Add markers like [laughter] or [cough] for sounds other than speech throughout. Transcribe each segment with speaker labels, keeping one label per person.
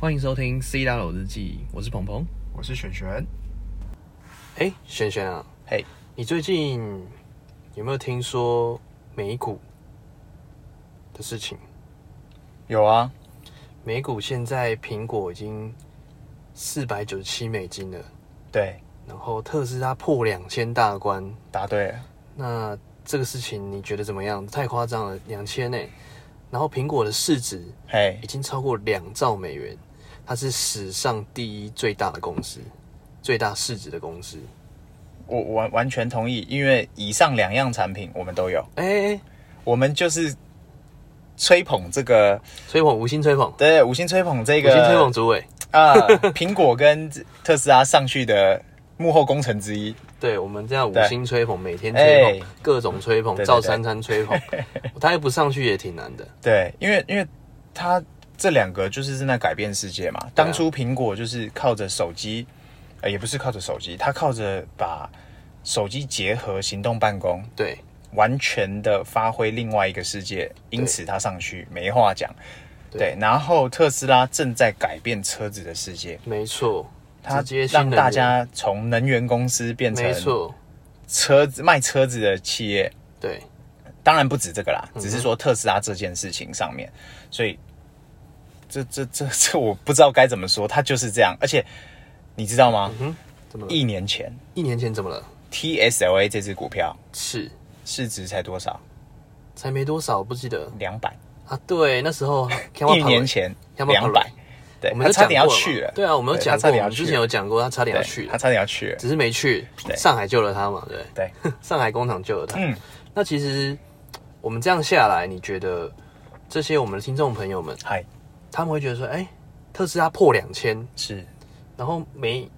Speaker 1: 欢迎收听《C 大佬日记》，我是鹏鹏。
Speaker 2: 我是璇璇。
Speaker 1: 哎，璇璇啊，
Speaker 2: 嘿，
Speaker 1: 你最近有没有听说美股的事情？
Speaker 2: 有啊，
Speaker 1: 美股现在苹果已经四百九十七美金了，
Speaker 2: 对，
Speaker 1: 然后特斯拉破两千大关，
Speaker 2: 答对了。
Speaker 1: 那这个事情你觉得怎么样？太夸张了，两千呢？然后苹果的市值
Speaker 2: 嘿
Speaker 1: 已，经超过两兆美元，它是史上第一最大的公司，最大市值的公司。
Speaker 2: 我我完完全同意，因为以上两样产品我们都有，
Speaker 1: 哎、
Speaker 2: 我们就是吹捧这个，
Speaker 1: 吹捧，无心吹捧，
Speaker 2: 对，五星吹捧
Speaker 1: 无
Speaker 2: 这
Speaker 1: 心吹
Speaker 2: 个
Speaker 1: 捧主委。
Speaker 2: 啊，苹果跟特斯拉上去的幕后功臣之一。
Speaker 1: 对我们这样五
Speaker 2: 对
Speaker 1: 星吹捧，每天吹捧，
Speaker 2: 哎
Speaker 1: 各种吹捧，
Speaker 2: 对对
Speaker 1: 照三餐吹
Speaker 2: [laughs]
Speaker 1: 捧，他也不上去也挺难的。
Speaker 2: 对，因为因为它这两个就是正在改变世界嘛。当初苹果就是靠着手机，呃，也不是靠着手机，它靠着把手机结合行动办公，
Speaker 1: 对，
Speaker 2: 完全的发挥另外一个世界，因此它上去没话讲。
Speaker 1: 对
Speaker 2: 对，然后特斯拉正在改变车子的世界，
Speaker 1: 没错，
Speaker 2: 它
Speaker 1: 直接新
Speaker 2: 让
Speaker 1: 能源
Speaker 2: 大家从能源公司变成
Speaker 1: 没错，
Speaker 2: 车子卖车子的企业。
Speaker 1: 对
Speaker 2: 当然不止这个啦，
Speaker 1: 嗯
Speaker 2: 只是说特斯拉这件事情上面，所以这这这这我不知道该怎么说，它就是这样。而且你知道吗？
Speaker 1: 嗯怎么了？
Speaker 2: 一年前
Speaker 1: 一年前怎么了？
Speaker 2: TSLA 这只股票
Speaker 1: 是
Speaker 2: 市值才多少？
Speaker 1: 才没多少，不记得
Speaker 2: 两百。
Speaker 1: 啊。对，那时
Speaker 2: [laughs]
Speaker 1: 候
Speaker 2: 一年，前
Speaker 1: 要不要跑
Speaker 2: 两百，对，
Speaker 1: 我们
Speaker 2: 他
Speaker 1: 就
Speaker 2: 差
Speaker 1: 讲
Speaker 2: 点要
Speaker 1: 过嘛
Speaker 2: 去了。
Speaker 1: 对啊，我们有
Speaker 2: 对
Speaker 1: 讲过，
Speaker 2: 他差点
Speaker 1: 我
Speaker 2: 要
Speaker 1: 们之
Speaker 2: 去
Speaker 1: 前有讲过，他差点要
Speaker 2: 对，
Speaker 1: 去了
Speaker 2: 他，差点要去了。
Speaker 1: 只是没去。
Speaker 2: 对
Speaker 1: 上海救了他嘛，对。
Speaker 2: 对，
Speaker 1: [laughs] 上海工厂救了他。
Speaker 2: 嗯，
Speaker 1: 那其实我们这样下来，你觉得这些我们的听众朋友们，
Speaker 2: 嗨，
Speaker 1: 他们会觉得说，哎、特斯拉破两千，
Speaker 2: 是
Speaker 1: 然后美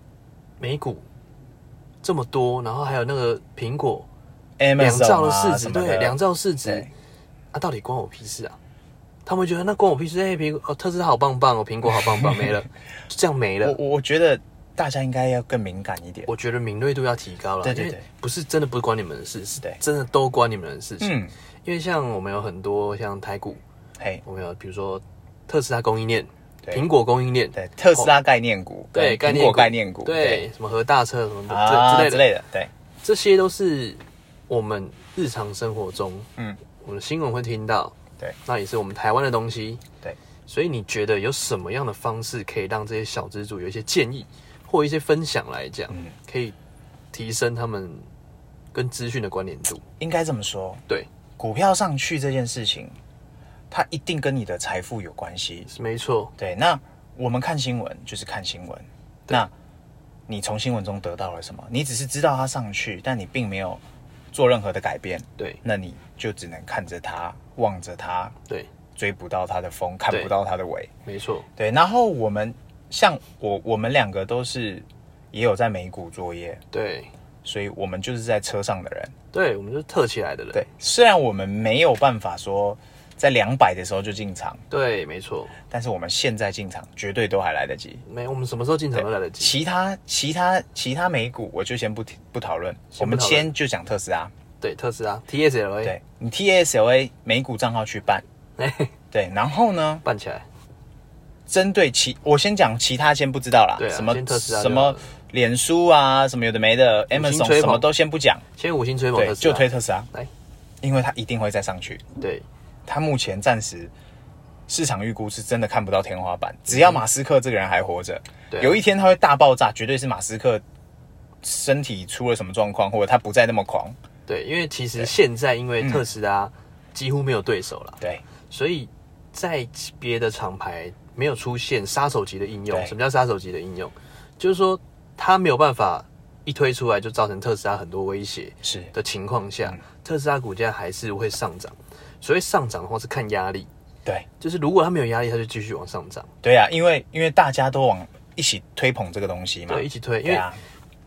Speaker 1: 美股这么多，然后还有那个苹果
Speaker 2: Amazon
Speaker 1: 两兆的
Speaker 2: 啊
Speaker 1: 市值，
Speaker 2: 什么
Speaker 1: 对，
Speaker 2: 的
Speaker 1: 两兆市值
Speaker 2: 对，
Speaker 1: 啊，到底关我屁事啊？他们会觉得那关我屁事？哎、苹果哦，特斯拉好棒棒哦，苹果好棒棒，
Speaker 2: [laughs]
Speaker 1: 没了，就这样没了
Speaker 2: 我。我我觉得大家应该要更敏感一点。
Speaker 1: 我觉得敏锐度要提高了，
Speaker 2: 对对对，
Speaker 1: 不是真的不是关你们的事，是
Speaker 2: 对
Speaker 1: 真的都关你们的事情。
Speaker 2: 嗯，
Speaker 1: 因为像我们有很多像台股，
Speaker 2: 嘿，
Speaker 1: 我们有比如说特斯拉供应链、
Speaker 2: 对
Speaker 1: 苹果供应链，
Speaker 2: 对，特斯拉概念股，
Speaker 1: 哦对
Speaker 2: 跟
Speaker 1: 概
Speaker 2: 苹
Speaker 1: 念
Speaker 2: 果
Speaker 1: 股
Speaker 2: 概念股，
Speaker 1: 对什么核大车什么的、
Speaker 2: 啊
Speaker 1: 这之类
Speaker 2: 之
Speaker 1: 的，
Speaker 2: 类的，对，
Speaker 1: 这些都是我们日常生活中，
Speaker 2: 嗯，
Speaker 1: 我们新闻会听到，
Speaker 2: 对，
Speaker 1: 那也是我们台湾的东西，
Speaker 2: 对。
Speaker 1: 所以你觉得有什么样的方式可以让这些小资主有一些建议或一些分享来讲，
Speaker 2: 嗯
Speaker 1: 可以提升他们跟资讯的关联度？
Speaker 2: 应该这么说，
Speaker 1: 对，
Speaker 2: 股票上去这件事情，它一定跟你的财富有关系。
Speaker 1: 是没错，
Speaker 2: 对，那我们看新闻就是看新闻，
Speaker 1: 对
Speaker 2: 那你从新闻中得到了什么？你只是知道它上去，但你并没有做任何的改变，
Speaker 1: 对
Speaker 2: 那你就只能看着它，望着它，
Speaker 1: 对，
Speaker 2: 追不到它的风，看
Speaker 1: 对
Speaker 2: 不到它的尾。
Speaker 1: 没错，
Speaker 2: 对，然后我们像我，我们两个都是也有在美股作业，
Speaker 1: 对
Speaker 2: 所以我们就是在车上的人。
Speaker 1: 对，我们就是特起来的人，
Speaker 2: 对，虽然我们没有办法说在两百的时候就进场，
Speaker 1: 对，没错，
Speaker 2: 但是我们现在进场绝对都还来得及。
Speaker 1: 没，我们什么时候进场都来得及。
Speaker 2: 哎其他其他其他美股我就先不提不讨论，
Speaker 1: 先不
Speaker 2: 我们
Speaker 1: 讨论哎
Speaker 2: 先就讲特斯拉。
Speaker 1: 对，特斯拉 TSLA，
Speaker 2: 对你 TSLA 美股账号去办，
Speaker 1: 哎，
Speaker 2: 对，然后呢，
Speaker 1: [laughs] 办起来，
Speaker 2: 针对其我先讲其他先不知道啦，
Speaker 1: 对啊
Speaker 2: 什么
Speaker 1: 先特斯拉就
Speaker 2: 什么脸书啊，什么有的没的
Speaker 1: 星
Speaker 2: ，Amazon
Speaker 1: 吹捧
Speaker 2: 什么都先不讲，
Speaker 1: 先五星吹捧
Speaker 2: 对
Speaker 1: 特，斯
Speaker 2: 就
Speaker 1: 拉，
Speaker 2: 推特斯拉
Speaker 1: 来，
Speaker 2: 因为它一定会再上去。
Speaker 1: 对
Speaker 2: 它目前暂时市场预估是真的看不到天花
Speaker 1: 嗯
Speaker 2: 板，只要马斯克这个人还活着，
Speaker 1: 对啊
Speaker 2: 有一天他会大爆炸，绝对是马斯克身体出了什么状况，或者他不再那么狂。
Speaker 1: 对，因为其实现在因
Speaker 2: 嗯
Speaker 1: 为特斯拉几乎没有对手了，
Speaker 2: 对，
Speaker 1: 所以在别的厂牌没有出现杀手级的应用。
Speaker 2: 对
Speaker 1: 什么叫杀手级的应用？就是说它没有办法一推出来就造成特斯拉很多威胁
Speaker 2: 是
Speaker 1: 的情况
Speaker 2: 嗯
Speaker 1: 下，特斯拉股价还是会上涨。所谓上涨的话是看压力，
Speaker 2: 对
Speaker 1: 就是如果它没有压力，它就继续往上涨，
Speaker 2: 对啊，因为因为大家都往一起推捧这个东西嘛
Speaker 1: 对，，一起推。因
Speaker 2: 嗯对
Speaker 1: 为
Speaker 2: 啊，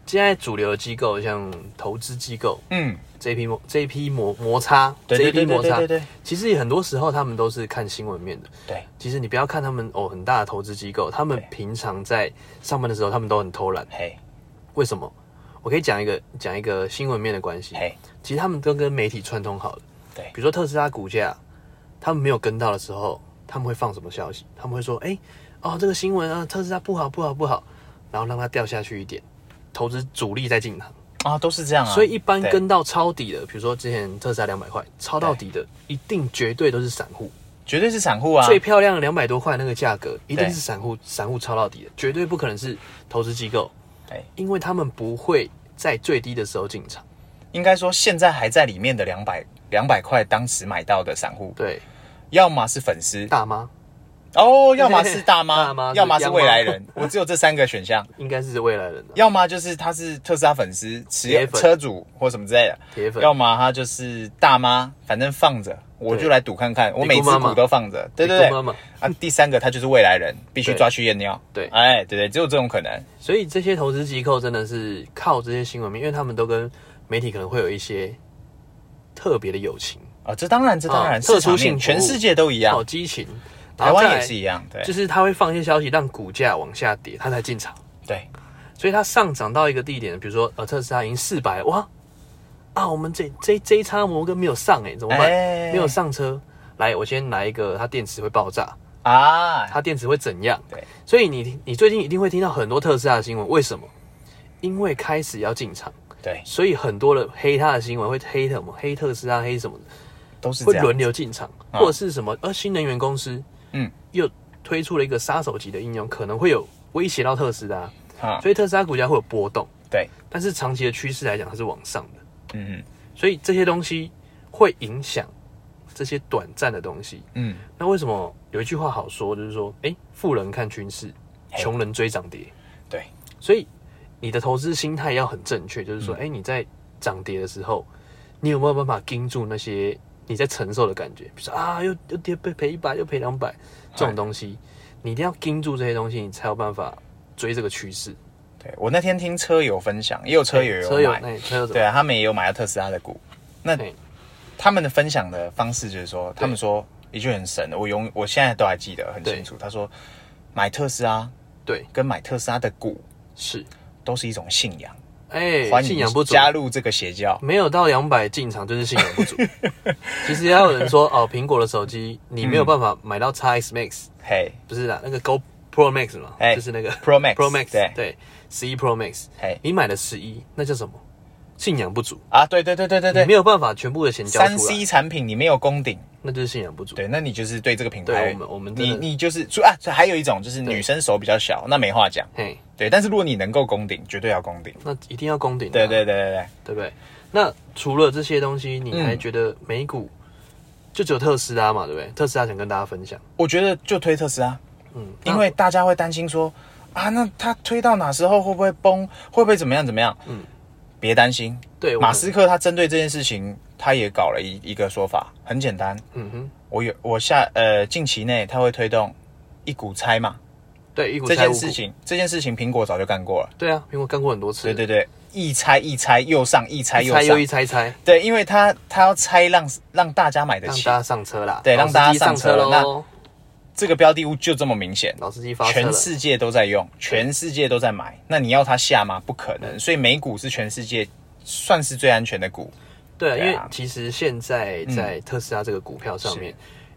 Speaker 1: 现在主流的机构像投资机构，
Speaker 2: 嗯，
Speaker 1: 这一批摩这一批摩摩擦，
Speaker 2: 对
Speaker 1: 这一批
Speaker 2: 对对对
Speaker 1: 摩擦
Speaker 2: 对对，对
Speaker 1: 其实很多时候他们都是看新闻面的。
Speaker 2: 对，
Speaker 1: 其实你不要看他们哦，很大的投资机构，他们
Speaker 2: 对
Speaker 1: 平常在上班的时候，他们都很偷懒。
Speaker 2: 嘿
Speaker 1: 为什么？我可以讲一个讲一个新闻面的关系。
Speaker 2: 嘿，
Speaker 1: 其实他们都跟媒体串通好了。
Speaker 2: 对
Speaker 1: 比如说特斯拉股价，他们没有跟到的时候，他们会放什么消息？他们会说，哎、哦，这个新闻啊，特斯拉不好，不好，不好，然后让它掉下去一点，投资主力再进场。
Speaker 2: 啊，都是这样啊。
Speaker 1: 所以一般
Speaker 2: 对
Speaker 1: 跟到抄底的，比如说之前特斯拉两百块抄到底的，一定绝对都是散户。
Speaker 2: 绝对是散户啊，
Speaker 1: 最漂亮两百多块那个价格，一定
Speaker 2: 对
Speaker 1: 是散户散户抄到底的，绝对不可能是投资机构
Speaker 2: 对，
Speaker 1: 因为他们不会在最低的时候进场。
Speaker 2: 应该说现在还在里面的两百两百块，当时买到的散户，
Speaker 1: 对，
Speaker 2: 要么是粉丝
Speaker 1: 大妈
Speaker 2: 哦，要么是大
Speaker 1: [laughs]
Speaker 2: 妈，
Speaker 1: 大妈
Speaker 2: 要么是
Speaker 1: 央妈 [laughs]
Speaker 2: 未来人，我只有这三个选项，
Speaker 1: 应该是未来人啊的
Speaker 2: 要么就是他是特斯拉粉丝、持有
Speaker 1: 铁粉
Speaker 2: 车主或什么之类的，
Speaker 1: 铁粉，
Speaker 2: 要么他就是大妈，反正放着，我就来赌看看，我每
Speaker 1: 姑
Speaker 2: 次
Speaker 1: 妈妈
Speaker 2: 股都放着，对对
Speaker 1: 妈
Speaker 2: 对。
Speaker 1: 妈。
Speaker 2: 啊，第三个他就是未来人，必须
Speaker 1: 对
Speaker 2: 抓去验尿。
Speaker 1: 对
Speaker 2: 哎，对对，只有这种可能。
Speaker 1: 所以这些投资机构真的是靠这些新闻面，因为他们都跟媒体可能会有一些特别的友情，
Speaker 2: 啊，这当然，这当然，
Speaker 1: 啊特殊
Speaker 2: 市场面
Speaker 1: 性服务哦
Speaker 2: 全世界都一样
Speaker 1: 好，激情。然
Speaker 2: 台
Speaker 1: 后
Speaker 2: 湾
Speaker 1: 再来
Speaker 2: 也是一样，对
Speaker 1: 就是他会放一些消息让股价往下跌，他才进场。
Speaker 2: 对，
Speaker 1: 所以它上涨到一个地点，比如说呃特斯拉已经四百，哇啊，我们这这这一叉摩根没有上哎、怎么办？
Speaker 2: 哎
Speaker 1: 没有上车，来，我先来一个，它电池会爆炸，
Speaker 2: 啊，
Speaker 1: 它电池会怎样？
Speaker 2: 对，
Speaker 1: 所以你你最近一定会听到很多特斯拉的新闻，为什么？因为开始要进场，
Speaker 2: 对，
Speaker 1: 所以很多的黑它的新闻会黑什么黑特斯拉黑什么的，
Speaker 2: 都是
Speaker 1: 会
Speaker 2: 这样。
Speaker 1: 轮流进场，
Speaker 2: 嗯
Speaker 1: 或者是什么呃新能源公司
Speaker 2: 嗯
Speaker 1: 又推出了一个杀手级的应用，可能会有威胁到特斯拉，
Speaker 2: 啊，
Speaker 1: 所以特斯拉股价会有波动。
Speaker 2: 对，
Speaker 1: 但是长期的趋势来讲，它是往上的，
Speaker 2: 嗯
Speaker 1: 所以这些东西会影响这些短暂的东西。
Speaker 2: 嗯，
Speaker 1: 那为什么有一句话好说，就是说，哎、富人看趋势，穷人追涨跌。
Speaker 2: 对，
Speaker 1: 所以你的投资心态要很正确，就是
Speaker 2: 嗯
Speaker 1: 说，哎、你在涨跌的时候，你有没有办法盯住那些你在承受的感觉？比如说啊，又又跌赔赔一百，又赔两百，
Speaker 2: 哎
Speaker 1: 这种东西，你一定要盯住这些东西，你才有办法追这个趋势。哎
Speaker 2: 对我那天听车友分享，也有车友
Speaker 1: 车
Speaker 2: 有
Speaker 1: 友
Speaker 2: 买，
Speaker 1: 那车友怎
Speaker 2: 对
Speaker 1: 么？
Speaker 2: 啊，他们也有买到特斯拉的股。那
Speaker 1: 对
Speaker 2: 他们的分享的方式就是说，他们说一句很神的，我永我现在都还记得很清楚。他说，买特斯拉
Speaker 1: 对，
Speaker 2: 跟买特斯拉的股
Speaker 1: 是。
Speaker 2: 都是一种信仰，
Speaker 1: 哎、
Speaker 2: 欢
Speaker 1: 信
Speaker 2: 迎
Speaker 1: 仰不足，
Speaker 2: 加入这个邪教。
Speaker 1: 没有到两百进场就是信仰不
Speaker 2: [laughs]
Speaker 1: 足。其实也有人说，哦，苹果的手机你没有办法买到 x X Max，、
Speaker 2: 嘿
Speaker 1: 不是啦，那个 Go Pro Max 嘛，
Speaker 2: 哎
Speaker 1: 就是那个
Speaker 2: ，Pro Max
Speaker 1: Pro Max，
Speaker 2: 对哎
Speaker 1: 对，十一 Pro Max，
Speaker 2: 嘿
Speaker 1: 你买了十一，那叫什么？信仰不足，
Speaker 2: 啊，对对对对对
Speaker 1: 你没
Speaker 2: 对，
Speaker 1: 有啊办法全部的钱交
Speaker 2: 三
Speaker 1: 出来，
Speaker 2: C 产品你没有功顶，
Speaker 1: 那就是信仰不足。
Speaker 2: 对，那你就是对这个品牌，
Speaker 1: 对我们我们真
Speaker 2: 你
Speaker 1: 的
Speaker 2: 你就是除啊，还有一种就是女生手比较小，那没话讲，
Speaker 1: 嘿，
Speaker 2: 对。但是如果你能够攻顶，绝对要攻顶。
Speaker 1: 那一定要攻顶、啊，
Speaker 2: 对对对对对，
Speaker 1: 对不对？那除了这些东西，你
Speaker 2: 嗯
Speaker 1: 还觉得美股就只有特斯拉嘛，对不对？特斯拉想跟大家分享，
Speaker 2: 我觉得就推特斯拉，
Speaker 1: 嗯，
Speaker 2: 因为大家会担心说啊，那它推到哪时候会不会崩，会不会怎么样怎么样？嗯，别担心，
Speaker 1: 对我
Speaker 2: 马
Speaker 1: 们
Speaker 2: 斯克他针对这件事情，他也搞了一一个说法，很简单，
Speaker 1: 嗯哼，
Speaker 2: 我有我下呃近期内他会推动一股拆嘛，
Speaker 1: 对一股
Speaker 2: 这
Speaker 1: 拆
Speaker 2: 件
Speaker 1: 五
Speaker 2: 事
Speaker 1: 股，
Speaker 2: 情这件事情苹果早就干过了，
Speaker 1: 对啊，苹果干过很多次，
Speaker 2: 对对对，一拆一拆又上一拆
Speaker 1: 一
Speaker 2: 又
Speaker 1: 拆又
Speaker 2: 上
Speaker 1: 一，拆拆，
Speaker 2: 对，因为他他要拆让让大家买得
Speaker 1: 让
Speaker 2: 起，
Speaker 1: 大家上车啦，
Speaker 2: 对
Speaker 1: 老
Speaker 2: 让大家
Speaker 1: 司机上
Speaker 2: 上车了
Speaker 1: 喽，
Speaker 2: 这个标的物就这么明显，
Speaker 1: 老司机发车了
Speaker 2: 全，世界都在用，全世界都在买，那你要它下吗？不可
Speaker 1: 嗯
Speaker 2: 能，所以美股是全世界算是最安全的股。
Speaker 1: 对啊，因
Speaker 2: 对啊嗯
Speaker 1: 为其实现在在特斯拉这个股票上面，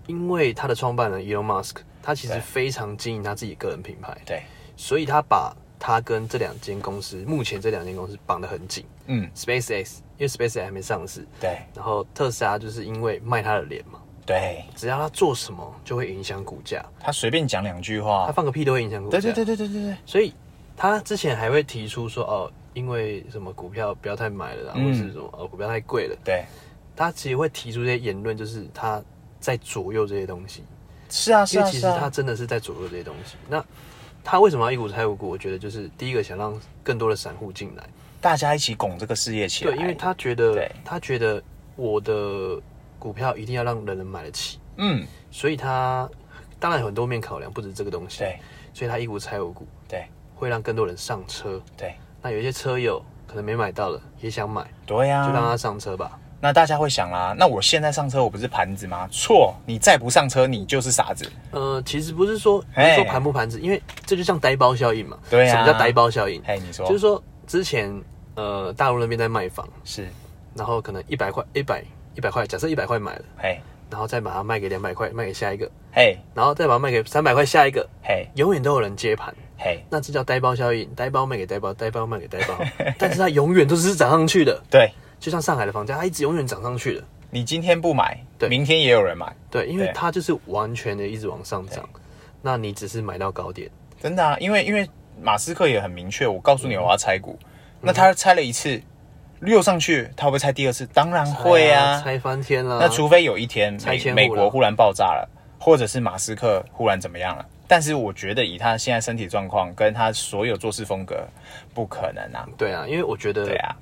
Speaker 1: 因为它的创办人 Elon Musk，他其实
Speaker 2: 对
Speaker 1: 非常经营他自己个人品牌，
Speaker 2: 对，
Speaker 1: 所以他把他跟这两间公司，目前这两间公司绑得很紧
Speaker 2: 嗯，
Speaker 1: ，SpaceX，因为 SpaceX 还没上市，
Speaker 2: 对
Speaker 1: 然后特斯拉就是因为卖他的脸嘛，
Speaker 2: 对，
Speaker 1: 只要他做什么就会影响股价，
Speaker 2: 他随便讲两句
Speaker 1: 他
Speaker 2: 话，
Speaker 1: 放个屁都会影响股价，
Speaker 2: 对对对对对对对，
Speaker 1: 所以他之前还会提出说，哦，因为什么股票不要太买了啦，
Speaker 2: 嗯
Speaker 1: 或是什么哦股票太贵了，
Speaker 2: 对，
Speaker 1: 他其实会提出这些言论，就是他在左右这些东西，
Speaker 2: 是啊是
Speaker 1: 因为
Speaker 2: 啊
Speaker 1: 其
Speaker 2: 是
Speaker 1: 实他
Speaker 2: 啊，
Speaker 1: 真的是在左右这些东西。那他为什么要一股拆五股？我觉得就是第一个想让更多的散户进来，
Speaker 2: 大家一起拱这个事业起来。
Speaker 1: 对，因为他觉得
Speaker 2: 对
Speaker 1: 他觉得我的股票一定要让人人买得起，
Speaker 2: 嗯，
Speaker 1: 所以他当然有很多面考量，不止这个东西，
Speaker 2: 对
Speaker 1: 所以他一股拆五股
Speaker 2: 对
Speaker 1: 会让更多人上车，
Speaker 2: 对
Speaker 1: 那有一些车友可能没买到的也想买，
Speaker 2: 对呀、
Speaker 1: 就让
Speaker 2: 啊，
Speaker 1: 他上车吧。
Speaker 2: 那大家会想啦、那我现在上车我不是盘子吗？错，你再不上车你就是傻子。
Speaker 1: 呃，其实不是说不
Speaker 2: 哎
Speaker 1: 是说盘不盘子，因为这就像呆包效应嘛。
Speaker 2: 对啊
Speaker 1: 什么叫呆包效应？
Speaker 2: 嘿，你说
Speaker 1: 就是说之前呃大陆那边在卖房，
Speaker 2: 是，
Speaker 1: 然后可能一百块一百一百块，假设一百块买了，
Speaker 2: 嘿
Speaker 1: 然后再把它卖给两百块，卖给下一个，
Speaker 2: 嘿
Speaker 1: 然后再把它卖给三百块下一个，
Speaker 2: 嘿
Speaker 1: 永远都有人接盘，
Speaker 2: 嘿，
Speaker 1: 那这叫呆包效应，呆包卖给呆包，呆包卖给呆
Speaker 2: [laughs]
Speaker 1: 包，但是它永远都是涨上去的，
Speaker 2: 对
Speaker 1: 就像上海的房价，它一直永远涨上去的，
Speaker 2: 你今天不买，
Speaker 1: 对
Speaker 2: 明天也有人买，
Speaker 1: 对，因为
Speaker 2: 对
Speaker 1: 它就是完全的一直往上涨，那你只是买到高点，
Speaker 2: 真的啊，因为因为马斯克也很明确，我告诉你我要
Speaker 1: 嗯
Speaker 2: 拆股，那他拆了一次，又上去，他会不会拆第二次？当然会啊，
Speaker 1: 拆哎翻天啦，
Speaker 2: 那除非有一天
Speaker 1: 拆迁
Speaker 2: 美
Speaker 1: 户
Speaker 2: 美
Speaker 1: 了
Speaker 2: 国忽然爆炸了，或者是马斯克忽然怎么样了。但是我觉得以他现在身体状况跟他所有做事风格，不可能啊。
Speaker 1: 对啊，因为我觉
Speaker 2: 对
Speaker 1: 得
Speaker 2: 啊，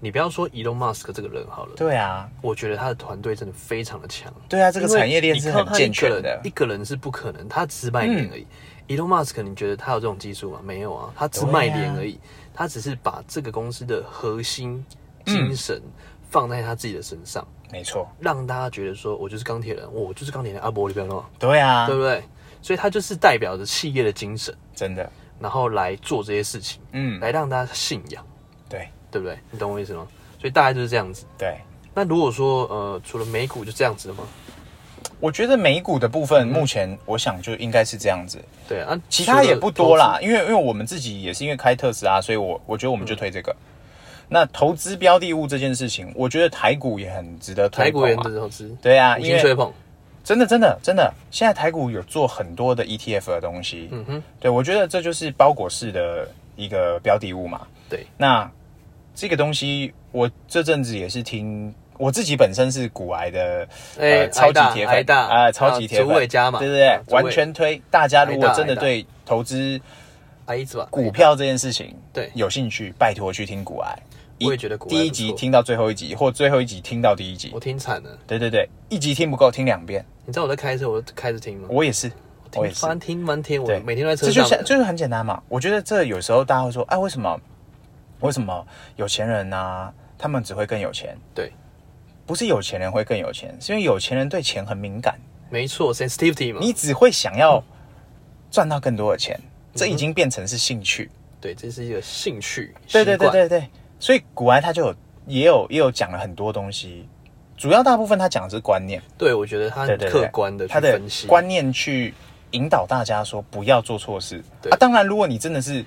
Speaker 1: 你不要说 Elon Musk 这个人好了，
Speaker 2: 对啊，
Speaker 1: 我觉得他的团队真的非常的强，
Speaker 2: 对啊，这个
Speaker 1: 因为
Speaker 2: 产业链
Speaker 1: 你
Speaker 2: 是
Speaker 1: 靠
Speaker 2: 很
Speaker 1: 他
Speaker 2: 健
Speaker 1: 一个
Speaker 2: 全
Speaker 1: 人
Speaker 2: 的嗯
Speaker 1: 一。个人是不可能，他只是卖点而已。Elon Musk，你觉得他有这种技术吗？没有啊，他只卖点而已，
Speaker 2: 啊
Speaker 1: 他只是把这个公司的核心精神
Speaker 2: 嗯
Speaker 1: 放在他自己的身上，
Speaker 2: 没错，
Speaker 1: 让大家觉得说我就是钢铁人，我就是钢铁人，阿伯你不要弄，
Speaker 2: 对啊
Speaker 1: 对，不对？所以他就是代表着企业的精神，
Speaker 2: 真的，
Speaker 1: 然后来做这些事情，
Speaker 2: 嗯，
Speaker 1: 来让大家信仰，
Speaker 2: 对
Speaker 1: 对不对？你懂我意思吗？所以大概就是这样子。
Speaker 2: 对。
Speaker 1: 那如果说呃，除了美股就这样子了吗？
Speaker 2: 我觉得美股的部分，
Speaker 1: 嗯
Speaker 2: 目前我想就应该是这样子，
Speaker 1: 对啊，
Speaker 2: 其他也不多啦，因为因为我们自己也是因为开特斯拉，所以我我觉得我们就推这个。
Speaker 1: 嗯
Speaker 2: 那投资标的物这件事情，我觉得台股也很值得推
Speaker 1: 台股
Speaker 2: 广
Speaker 1: 也
Speaker 2: 嘛。
Speaker 1: 很投资，
Speaker 2: 对啊，
Speaker 1: 五
Speaker 2: 因
Speaker 1: 星吹
Speaker 2: 为
Speaker 1: 捧，
Speaker 2: 真的真的真的，现在台股有做很多的 ETF 的东西。
Speaker 1: 嗯哼，
Speaker 2: 对，我觉得这就是包裹式的一个标的物嘛。
Speaker 1: 对，
Speaker 2: 那这个东西，我这阵子也是听。我自己本身是股癌的，
Speaker 1: 哎
Speaker 2: 呃，超级铁
Speaker 1: 挨
Speaker 2: 粉
Speaker 1: 大
Speaker 2: 啊、超级铁粉，
Speaker 1: 主委加嘛，
Speaker 2: 对对对
Speaker 1: 啊，
Speaker 2: 完全推。大家如果真的
Speaker 1: 挨大
Speaker 2: 对投资
Speaker 1: 挨一子吧，
Speaker 2: 股票这件事情
Speaker 1: 对
Speaker 2: 有兴趣，拜托去听股癌。一
Speaker 1: 我也觉得股癌
Speaker 2: 第一
Speaker 1: 不错
Speaker 2: 集听到最后一集，或最后一集听到第一集
Speaker 1: 我，听惨了。
Speaker 2: 对对对，一集听不够，听两遍。
Speaker 1: 你知道我在开车，我就开着听吗？
Speaker 2: 我也是，我
Speaker 1: 听
Speaker 2: 也是，
Speaker 1: 翻听翻听，我
Speaker 2: 对，
Speaker 1: 每天都在
Speaker 2: 这
Speaker 1: 车
Speaker 2: 就
Speaker 1: 上
Speaker 2: 像就是很简单嘛。我觉得这有时候大家会说，哎，为什么为什么有钱人呐、他们只会更有钱？
Speaker 1: 对，
Speaker 2: 不是有钱人会更有钱，是因为有钱人对钱很敏感，
Speaker 1: 没错，sensitivity 嘛，
Speaker 2: 你只会想要赚到更多的钱，
Speaker 1: 嗯
Speaker 2: 这已经变成是兴趣。
Speaker 1: 对，这是一个兴趣，
Speaker 2: 对对
Speaker 1: 习
Speaker 2: 对
Speaker 1: 惯，
Speaker 2: 对对，所以古埃他就有也有也有讲了很多东西，主要大部分他讲的是观念，
Speaker 1: 对我觉得他
Speaker 2: 对
Speaker 1: 很
Speaker 2: 对对
Speaker 1: 客观的去
Speaker 2: 他的
Speaker 1: 分析，
Speaker 2: 观念去引导大家说不要做错事
Speaker 1: 对
Speaker 2: 啊。当然，如果你真的是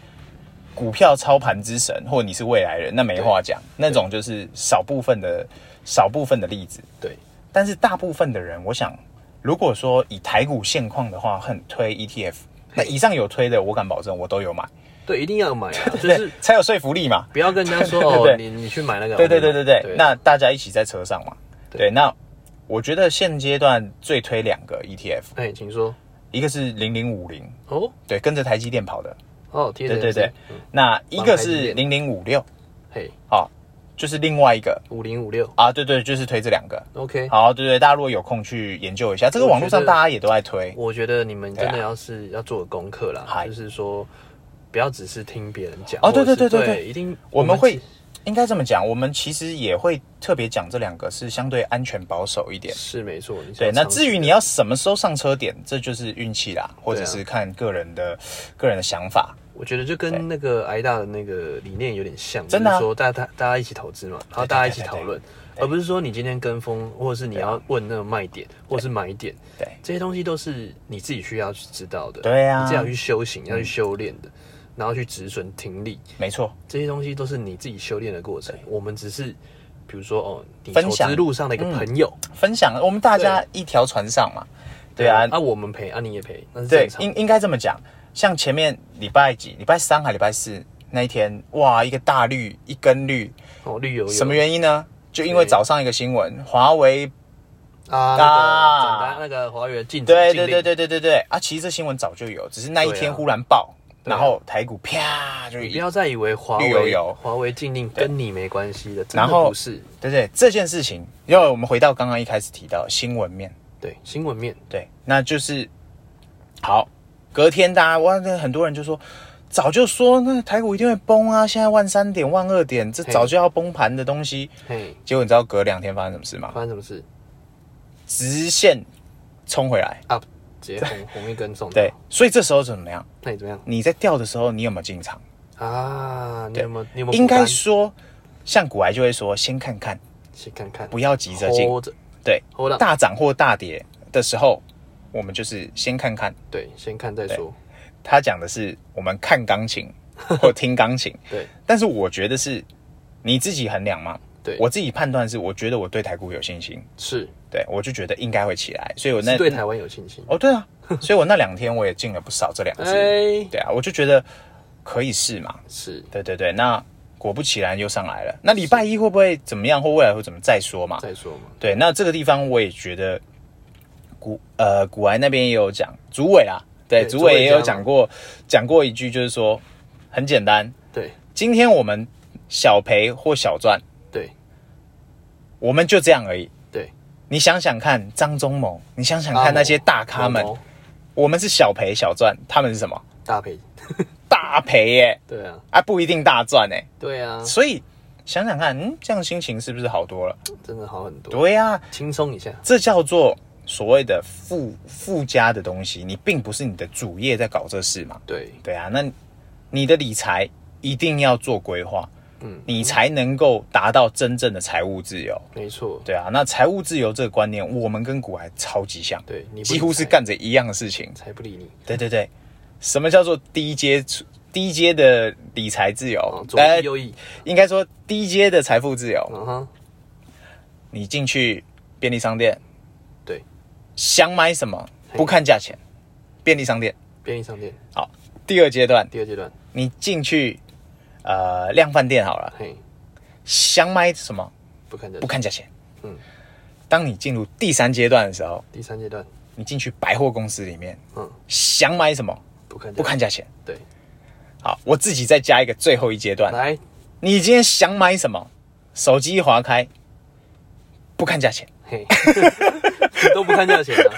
Speaker 2: 股票操盘之神，或者你是未来人，那没话讲，那种就是少部分的少部分的例子。
Speaker 1: 对，
Speaker 2: 但是大部分的人，我想，如果说以台股现况的话，很推 ETF。那以上有推的，我敢保证我都有买，
Speaker 1: 对，一定要买啊，就
Speaker 2: [laughs] 对，
Speaker 1: 是
Speaker 2: 才有说服力嘛。
Speaker 1: 不要跟人家说
Speaker 2: [laughs] 对
Speaker 1: 哦，
Speaker 2: 对
Speaker 1: 你你去买那个，
Speaker 2: 对对
Speaker 1: 我
Speaker 2: 对
Speaker 1: 没
Speaker 2: 对
Speaker 1: 买
Speaker 2: 对，那大家一起在车上嘛。对，那我觉得现阶段最推两个 ETF，
Speaker 1: 哎，请说，
Speaker 2: 一个是零零五零，
Speaker 1: 哦
Speaker 2: 对，跟着台积电跑的，
Speaker 1: 哦，贴
Speaker 2: 对对对，那一个是
Speaker 1: 绑台
Speaker 2: 零零五六，
Speaker 1: 嘿，
Speaker 2: 好，就是另外一个
Speaker 1: 五零五六
Speaker 2: 啊，对对，就是推这两个。
Speaker 1: ，OK，
Speaker 2: 好，对对，大家如果有空去研究一下，这个
Speaker 1: 我觉得
Speaker 2: 网络上大家也都在推，
Speaker 1: 我觉得你们真
Speaker 2: 对
Speaker 1: 的
Speaker 2: 啊
Speaker 1: 要是要做功课啦，
Speaker 2: 嗨
Speaker 1: 就是说不要只是听别人讲
Speaker 2: 哦对
Speaker 1: 或者是
Speaker 2: 对对对
Speaker 1: 对
Speaker 2: 对
Speaker 1: 一定
Speaker 2: 我们会
Speaker 1: 是
Speaker 2: 应该这么讲，我们其实也会特别讲这两个是相对安全保守一点。
Speaker 1: 是没错。你
Speaker 2: 对，那至
Speaker 1: 于
Speaker 2: 于你要什么时候上车点，这就是运气啦，或
Speaker 1: 啊
Speaker 2: 者是看个人的、个人的想法。
Speaker 1: 我觉得就跟那个挨大的那个理念有点像，
Speaker 2: 真的啊
Speaker 1: 就是说大家大家一起投资嘛，然后大家一起讨论，而不是说你今天跟风，或者是你要问那个卖点或者是买点，
Speaker 2: 对
Speaker 1: 这些东西都是你自己需要去知道的，
Speaker 2: 对啊
Speaker 1: 你自己要去修行，要去修炼的，然后去止损停利，
Speaker 2: 没错，
Speaker 1: 这些东西都是你自己修炼的过程。我们只是，比如说哦，你
Speaker 2: 分
Speaker 1: 投
Speaker 2: 享
Speaker 1: 资路上的一个朋友，
Speaker 2: 分享我们大家一条船上嘛。对啊，
Speaker 1: 啊我们赔啊你也赔，那是
Speaker 2: 对
Speaker 1: 正，常。
Speaker 2: 应应该这么讲。像前面礼拜几，礼拜三还礼拜四那一天，哇，一个大绿，一根绿，
Speaker 1: 哦，绿油油
Speaker 2: 什么原因呢？就因为
Speaker 1: 对
Speaker 2: 早上一个新闻，华为，
Speaker 1: 啊？
Speaker 2: 啊
Speaker 1: 那个简单那个华远禁止
Speaker 2: 对
Speaker 1: 禁
Speaker 2: 对
Speaker 1: 令
Speaker 2: 对对对对对，啊，其实这新闻早就有，只是那一
Speaker 1: 对
Speaker 2: 天
Speaker 1: 啊
Speaker 2: 忽然爆，
Speaker 1: 对啊
Speaker 2: 然后台股啪就
Speaker 1: 你
Speaker 2: 一
Speaker 1: 不要再以为华
Speaker 2: 绿油
Speaker 1: 为
Speaker 2: 油
Speaker 1: 华为禁令跟你没关系的，真
Speaker 2: 然
Speaker 1: 的
Speaker 2: 后
Speaker 1: 不是。
Speaker 2: 对对，这件事情，因为我们回到刚刚一开始提到的新闻面，
Speaker 1: 对新闻面，
Speaker 2: 对，那就是好，隔天大家哇，那很多人就说，早就说那台股一定会崩啊，现在万三点、万二点，这
Speaker 1: 嘿
Speaker 2: 早就要崩盘的东西。
Speaker 1: 嘿，
Speaker 2: 结果你知道隔两天发生什么事吗
Speaker 1: 发？生什么事
Speaker 2: 直线冲回来，
Speaker 1: ？up 直接红红一根送
Speaker 2: 对，，所以这时候怎么样？
Speaker 1: 那你怎么样
Speaker 2: 你在掉的时候，你有没有进场？
Speaker 1: 啊？你有没有你有没有
Speaker 2: 应
Speaker 1: 补
Speaker 2: 该
Speaker 1: 单
Speaker 2: 说，像古癌就会说，先看看，
Speaker 1: 去看看，
Speaker 2: 不要急着进。
Speaker 1: hold 着
Speaker 2: 对，
Speaker 1: hold 着，
Speaker 2: 大涨或大跌的时候，我们就是先看看。
Speaker 1: 对，先看再说。
Speaker 2: 他讲的是我们看
Speaker 1: [laughs]
Speaker 2: 钢琴或听钢琴，
Speaker 1: 对
Speaker 2: 但是我觉得是你自己衡量嘛。
Speaker 1: 对
Speaker 2: 我自己判断是，我觉得我对台股有信心，
Speaker 1: 是
Speaker 2: 对我就觉得应该会起来，所以我那
Speaker 1: 是对台湾有信心。
Speaker 2: 哦对啊，所以我那两天我也进了不少这两只，
Speaker 1: [laughs] 哎，
Speaker 2: 对啊，我就觉得可以试嘛，
Speaker 1: 是
Speaker 2: 对对对，那果不其然又上来了。那礼拜一会不会怎么样，或未来会怎么再说嘛？
Speaker 1: 再说嘛。
Speaker 2: 对，那这个地方我也觉得古呃古癌那边也有讲，主委啦，对，
Speaker 1: 对
Speaker 2: 主委也有
Speaker 1: 主委讲
Speaker 2: 讲过讲过一句，就是说很简单，
Speaker 1: 对
Speaker 2: 今天我们小赔或小赚，
Speaker 1: 对
Speaker 2: 我们就这样而已。
Speaker 1: 对，
Speaker 2: 你想想看，张忠谋，你想想
Speaker 1: 阿
Speaker 2: 看
Speaker 1: 谋
Speaker 2: 那些大咖们
Speaker 1: 毛，毛
Speaker 2: 我们是小赔小赚，他们是什么
Speaker 1: 搭配，
Speaker 2: 大赔耶、
Speaker 1: 对啊
Speaker 2: 啊，不一定大赚哎、
Speaker 1: 对啊，
Speaker 2: 所以想想看，嗯，这样心情是不是好多了？
Speaker 1: 真的好很多，
Speaker 2: 对啊呀、
Speaker 1: 轻松一下。
Speaker 2: 这叫做所谓的附附加的东西，你并不是你的主业在搞这事嘛。
Speaker 1: 对
Speaker 2: 对啊，那你的理财一定要做规划，
Speaker 1: 嗯，
Speaker 2: 你才能够达到真正的财务自由。
Speaker 1: 没错，
Speaker 2: 对啊，那财务自由这个观念，我们跟股癌超级像，
Speaker 1: 对你不
Speaker 2: 几乎是
Speaker 1: 理财
Speaker 2: 干着一样的事情。
Speaker 1: 才不理你。
Speaker 2: 对对对，什么叫做低阶低阶的理财自由呃
Speaker 1: 哦，？左翼右翼，
Speaker 2: 应该说低阶的财富自由。
Speaker 1: 嗯哼，
Speaker 2: 你进去便利商店，
Speaker 1: 对，
Speaker 2: 想买什么
Speaker 1: 嘿
Speaker 2: 不看价钱，便利商店。
Speaker 1: 便利商店
Speaker 2: 好，第二阶段
Speaker 1: 第二阶段，
Speaker 2: 你进去呃量贩店好了，
Speaker 1: 嘿，
Speaker 2: 想买什么
Speaker 1: 不看这
Speaker 2: 不看价钱。
Speaker 1: 嗯，
Speaker 2: 当你进入第三阶段的时候，
Speaker 1: 第三阶段，
Speaker 2: 你进去百货公司里面
Speaker 1: 嗯，
Speaker 2: 想买什么
Speaker 1: 不看这
Speaker 2: 不看价钱。
Speaker 1: 对，
Speaker 2: 好，我自己再加一个最后一阶段，
Speaker 1: 来
Speaker 2: 你今天想买什么，手机一划开，不看价钱。
Speaker 1: 嘿， [laughs] 都不看价钱啊，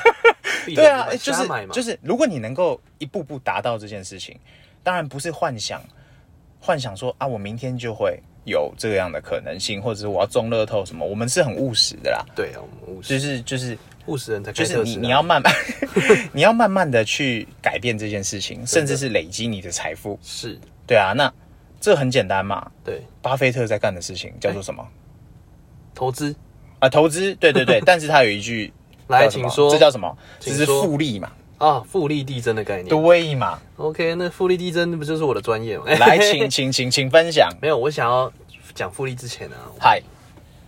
Speaker 1: 闭着
Speaker 2: 对啊，
Speaker 1: 眼睛
Speaker 2: 就
Speaker 1: 瞎
Speaker 2: 是
Speaker 1: 买嘛，
Speaker 2: 就是是，如果你能够一步步达到这件事情，当然不是幻想，幻想说啊，我明天就会有这样的可能性，或者是我要中乐透什么，我们是很务实的啦。
Speaker 1: 对啊，我们务
Speaker 2: 就
Speaker 1: 实
Speaker 2: 是就是
Speaker 1: 务实人才
Speaker 2: 就
Speaker 1: 开
Speaker 2: 是
Speaker 1: 特
Speaker 2: 你
Speaker 1: 斯拉
Speaker 2: 你要慢 [laughs] 慢你要慢慢的去改变这件事情，甚至是累积你的财富。
Speaker 1: 是，
Speaker 2: 对啊，那这很简单嘛。
Speaker 1: 对，
Speaker 2: 巴菲特在干的事情叫做什么？
Speaker 1: 投资
Speaker 2: 啊，投资，对
Speaker 1: [laughs]
Speaker 2: 对对，但是他有一句
Speaker 1: 哎来
Speaker 2: 叫什么
Speaker 1: 请说
Speaker 2: 这叫什么？这
Speaker 1: 请
Speaker 2: 是
Speaker 1: 说
Speaker 2: 复利嘛，
Speaker 1: 啊，复利递增的概念。
Speaker 2: 对嘛？
Speaker 1: OK，那复利递增不就是我的专业吗？
Speaker 2: 来，请请请请分享，
Speaker 1: [laughs] 没有，我想要讲复利之前啊，
Speaker 2: 嗨，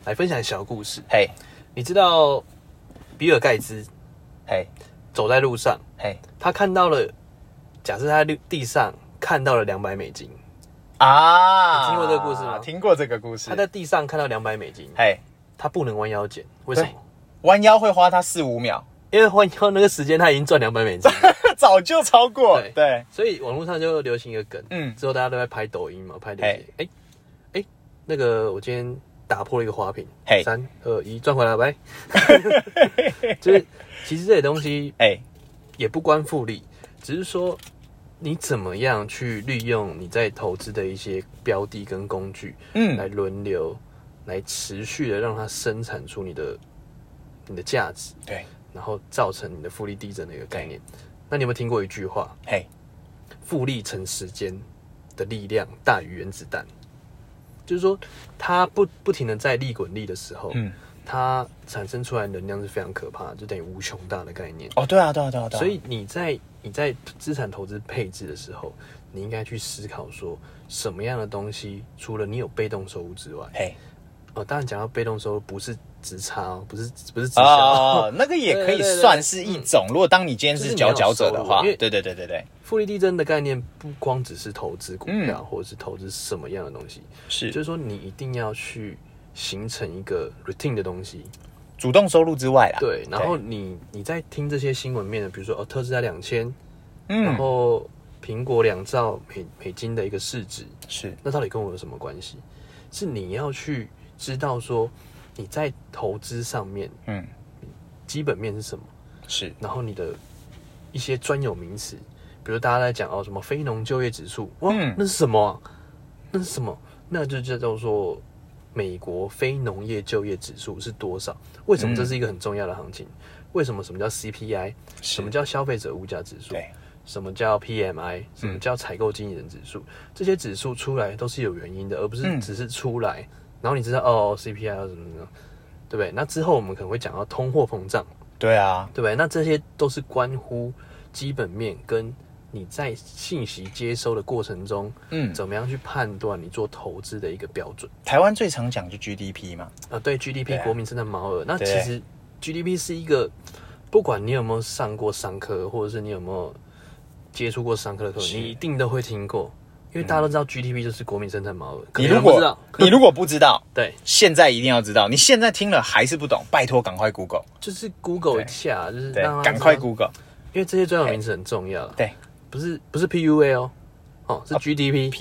Speaker 1: 来分享小故事。
Speaker 2: 嘿，
Speaker 1: 你知道比尔盖茨
Speaker 2: 嘿，
Speaker 1: 走在路上，
Speaker 2: 嘿，
Speaker 1: 他看到了，假设他地上看到了两百美金，
Speaker 2: 啊，
Speaker 1: 你听过这个故事吗
Speaker 2: 听过这个故事
Speaker 1: 他。在地上看到两百美金，
Speaker 2: 嘿，
Speaker 1: 他不能弯腰捡，为什么？
Speaker 2: 弯腰会花他四五秒， [laughs]
Speaker 1: 因为弯腰那个时间他已经赚两百美金，了，
Speaker 2: 早就超过。
Speaker 1: 对
Speaker 2: 对，
Speaker 1: 所以网络上就流行一个梗，
Speaker 2: 嗯
Speaker 1: 之后大家都在拍抖音嘛，拍这些
Speaker 2: 嘿，
Speaker 1: 哎哎，那个我今天打破了一个花瓶
Speaker 2: 嘿，
Speaker 1: 三二一，赚回来，
Speaker 2: [laughs]
Speaker 1: 拜。就是其实这些东西
Speaker 2: 哎，
Speaker 1: 也不关复利，只是说你怎么样去利用你在投资的一些标的跟工具，来
Speaker 2: 嗯，
Speaker 1: 轮流，来持续的让它生产出你的你的价值，
Speaker 2: 对，
Speaker 1: 然后造成你的复利递增的一个概念。那你有没有听过一句话？
Speaker 2: 嘿，
Speaker 1: 复利乘时间的力量大于原子弹，就是说它不不停的在利滚利的时候，
Speaker 2: 嗯，
Speaker 1: 它产生出来的能量是非常可怕的，就等于无穷大的概念。
Speaker 2: 哦，对啊，对啊，对啊，对啊。
Speaker 1: 所以你在你在资产投资配置的时候，你应该去思考说，什么样的东西除了你有被动收入之外，
Speaker 2: 嘿，
Speaker 1: 哦，当然讲到被动收入不是直差哦，不是不是直销，
Speaker 2: 哦，那个也可
Speaker 1: 对
Speaker 2: 以
Speaker 1: 对对
Speaker 2: 算是一
Speaker 1: [laughs]
Speaker 2: 种。如果当你今天
Speaker 1: 就是是你
Speaker 2: 佼
Speaker 1: 要
Speaker 2: 佼
Speaker 1: 有
Speaker 2: 者
Speaker 1: 收
Speaker 2: 的
Speaker 1: 入
Speaker 2: 话，
Speaker 1: 因为
Speaker 2: 对对对对对，
Speaker 1: [laughs] 复利递增的概念不光只是投资股票，
Speaker 2: 嗯
Speaker 1: 或者是投资什么样的东西，就是
Speaker 2: 是
Speaker 1: 说你一定要去形成一个 routine 的东西，
Speaker 2: 主动收入之外啦。
Speaker 1: 对，然后你你在听这些新闻面的，比如说哦，特斯拉两千，然
Speaker 2: 嗯，
Speaker 1: 后苹果两兆美美金的一个市值，
Speaker 2: 是
Speaker 1: 那到底跟我有什么关系？是你要去知道说你在投资上面
Speaker 2: 嗯
Speaker 1: 基本面是什么，
Speaker 2: 是
Speaker 1: 然后你的一些专有名词，比如大家在讲哦什么非农就业指数，哇，
Speaker 2: 嗯
Speaker 1: 那是什么啊、那是什么？那就叫做说美国非农业就业指数是多少？为什么
Speaker 2: 嗯
Speaker 1: 这是一个很重要的行情？为什么什么叫 CPI？
Speaker 2: 是
Speaker 1: 什么叫消费者物价指数？
Speaker 2: 对嗯
Speaker 1: 什么叫 PMI？什么叫采购经理人指数？这些指数出来都是有原因的，而不是
Speaker 2: 嗯
Speaker 1: 只是出来，哦然后你知道哦 CPI 啊什么什么，对不对？那之后我们可能会讲到通货膨胀，
Speaker 2: 对啊，
Speaker 1: 对不对？那这些都是关乎基本面跟你在信息接收的过程中，
Speaker 2: 嗯，
Speaker 1: 怎么样去判断你做投资的一个标准
Speaker 2: 台湾最常讲就 GDP 嘛，
Speaker 1: 啊？对 GDP
Speaker 2: 对啊
Speaker 1: 国民生产毛额，那其
Speaker 2: 对
Speaker 1: 实 GDP 是一个，不管你有没有上过商科，或者是你有没有接触过商科的课，
Speaker 2: 是嗯
Speaker 1: 你一定都会听过，因为大家都知道 GDP 就是国民生产毛额，可
Speaker 2: 你
Speaker 1: 能
Speaker 2: 如
Speaker 1: 不知道
Speaker 2: 果，你如果不知道，
Speaker 1: 对，
Speaker 2: 现在一定要知道，你现在听了还是不懂，拜托赶快 Google，
Speaker 1: 就是 Google
Speaker 2: 对
Speaker 1: 一下，就是
Speaker 2: 对
Speaker 1: 让，他
Speaker 2: 赶快
Speaker 1: 知道
Speaker 2: Google，
Speaker 1: 因为这些专有名词很重要啦
Speaker 2: 对，
Speaker 1: 不是不是 PUA 哦，哦是 GDP。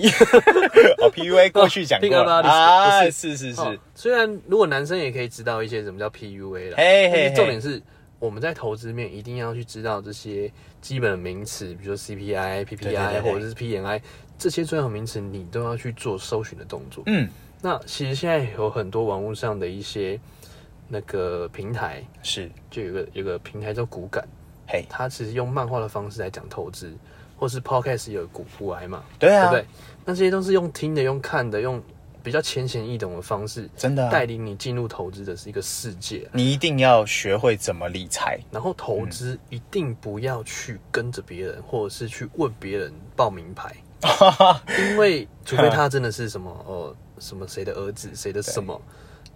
Speaker 2: 哦，PUA 过去讲过
Speaker 1: Pick [laughs] up
Speaker 2: 了
Speaker 1: artist，
Speaker 2: 啊，
Speaker 1: 不
Speaker 2: 是是是，
Speaker 1: 哦虽然如果男生也可以知道一些什么叫 PUA 啦，但
Speaker 2: 嘿嘿
Speaker 1: 是
Speaker 2: 嘿
Speaker 1: 重点是我们在投资面一定要去知道这些基本的名词，比如说 CPI、
Speaker 2: 对对
Speaker 1: PPI
Speaker 2: 对
Speaker 1: 或者是 PNI 这些专有名词，你都要去做搜寻的动作。
Speaker 2: 嗯，
Speaker 1: 那其实现在有很多网络上的一些那个平台，
Speaker 2: 是，
Speaker 1: 就有个有个平台叫骨感，
Speaker 2: 嘿，
Speaker 1: 它其实用漫画的方式来讲投资，或是 Podcast 有骨骨癌嘛，
Speaker 2: 对
Speaker 1: 对
Speaker 2: 啊
Speaker 1: 不，对？那这些都是用听的、用看的、用比较浅显易懂的方式。
Speaker 2: 真的啊，
Speaker 1: 带领你进入投资的是一个世界，
Speaker 2: 你一定要学会怎么理财，
Speaker 1: 然后投资一定不要去跟着别人，或者是去问别人报名牌，因为除非他真的是什么呃什么谁的儿子，谁的什么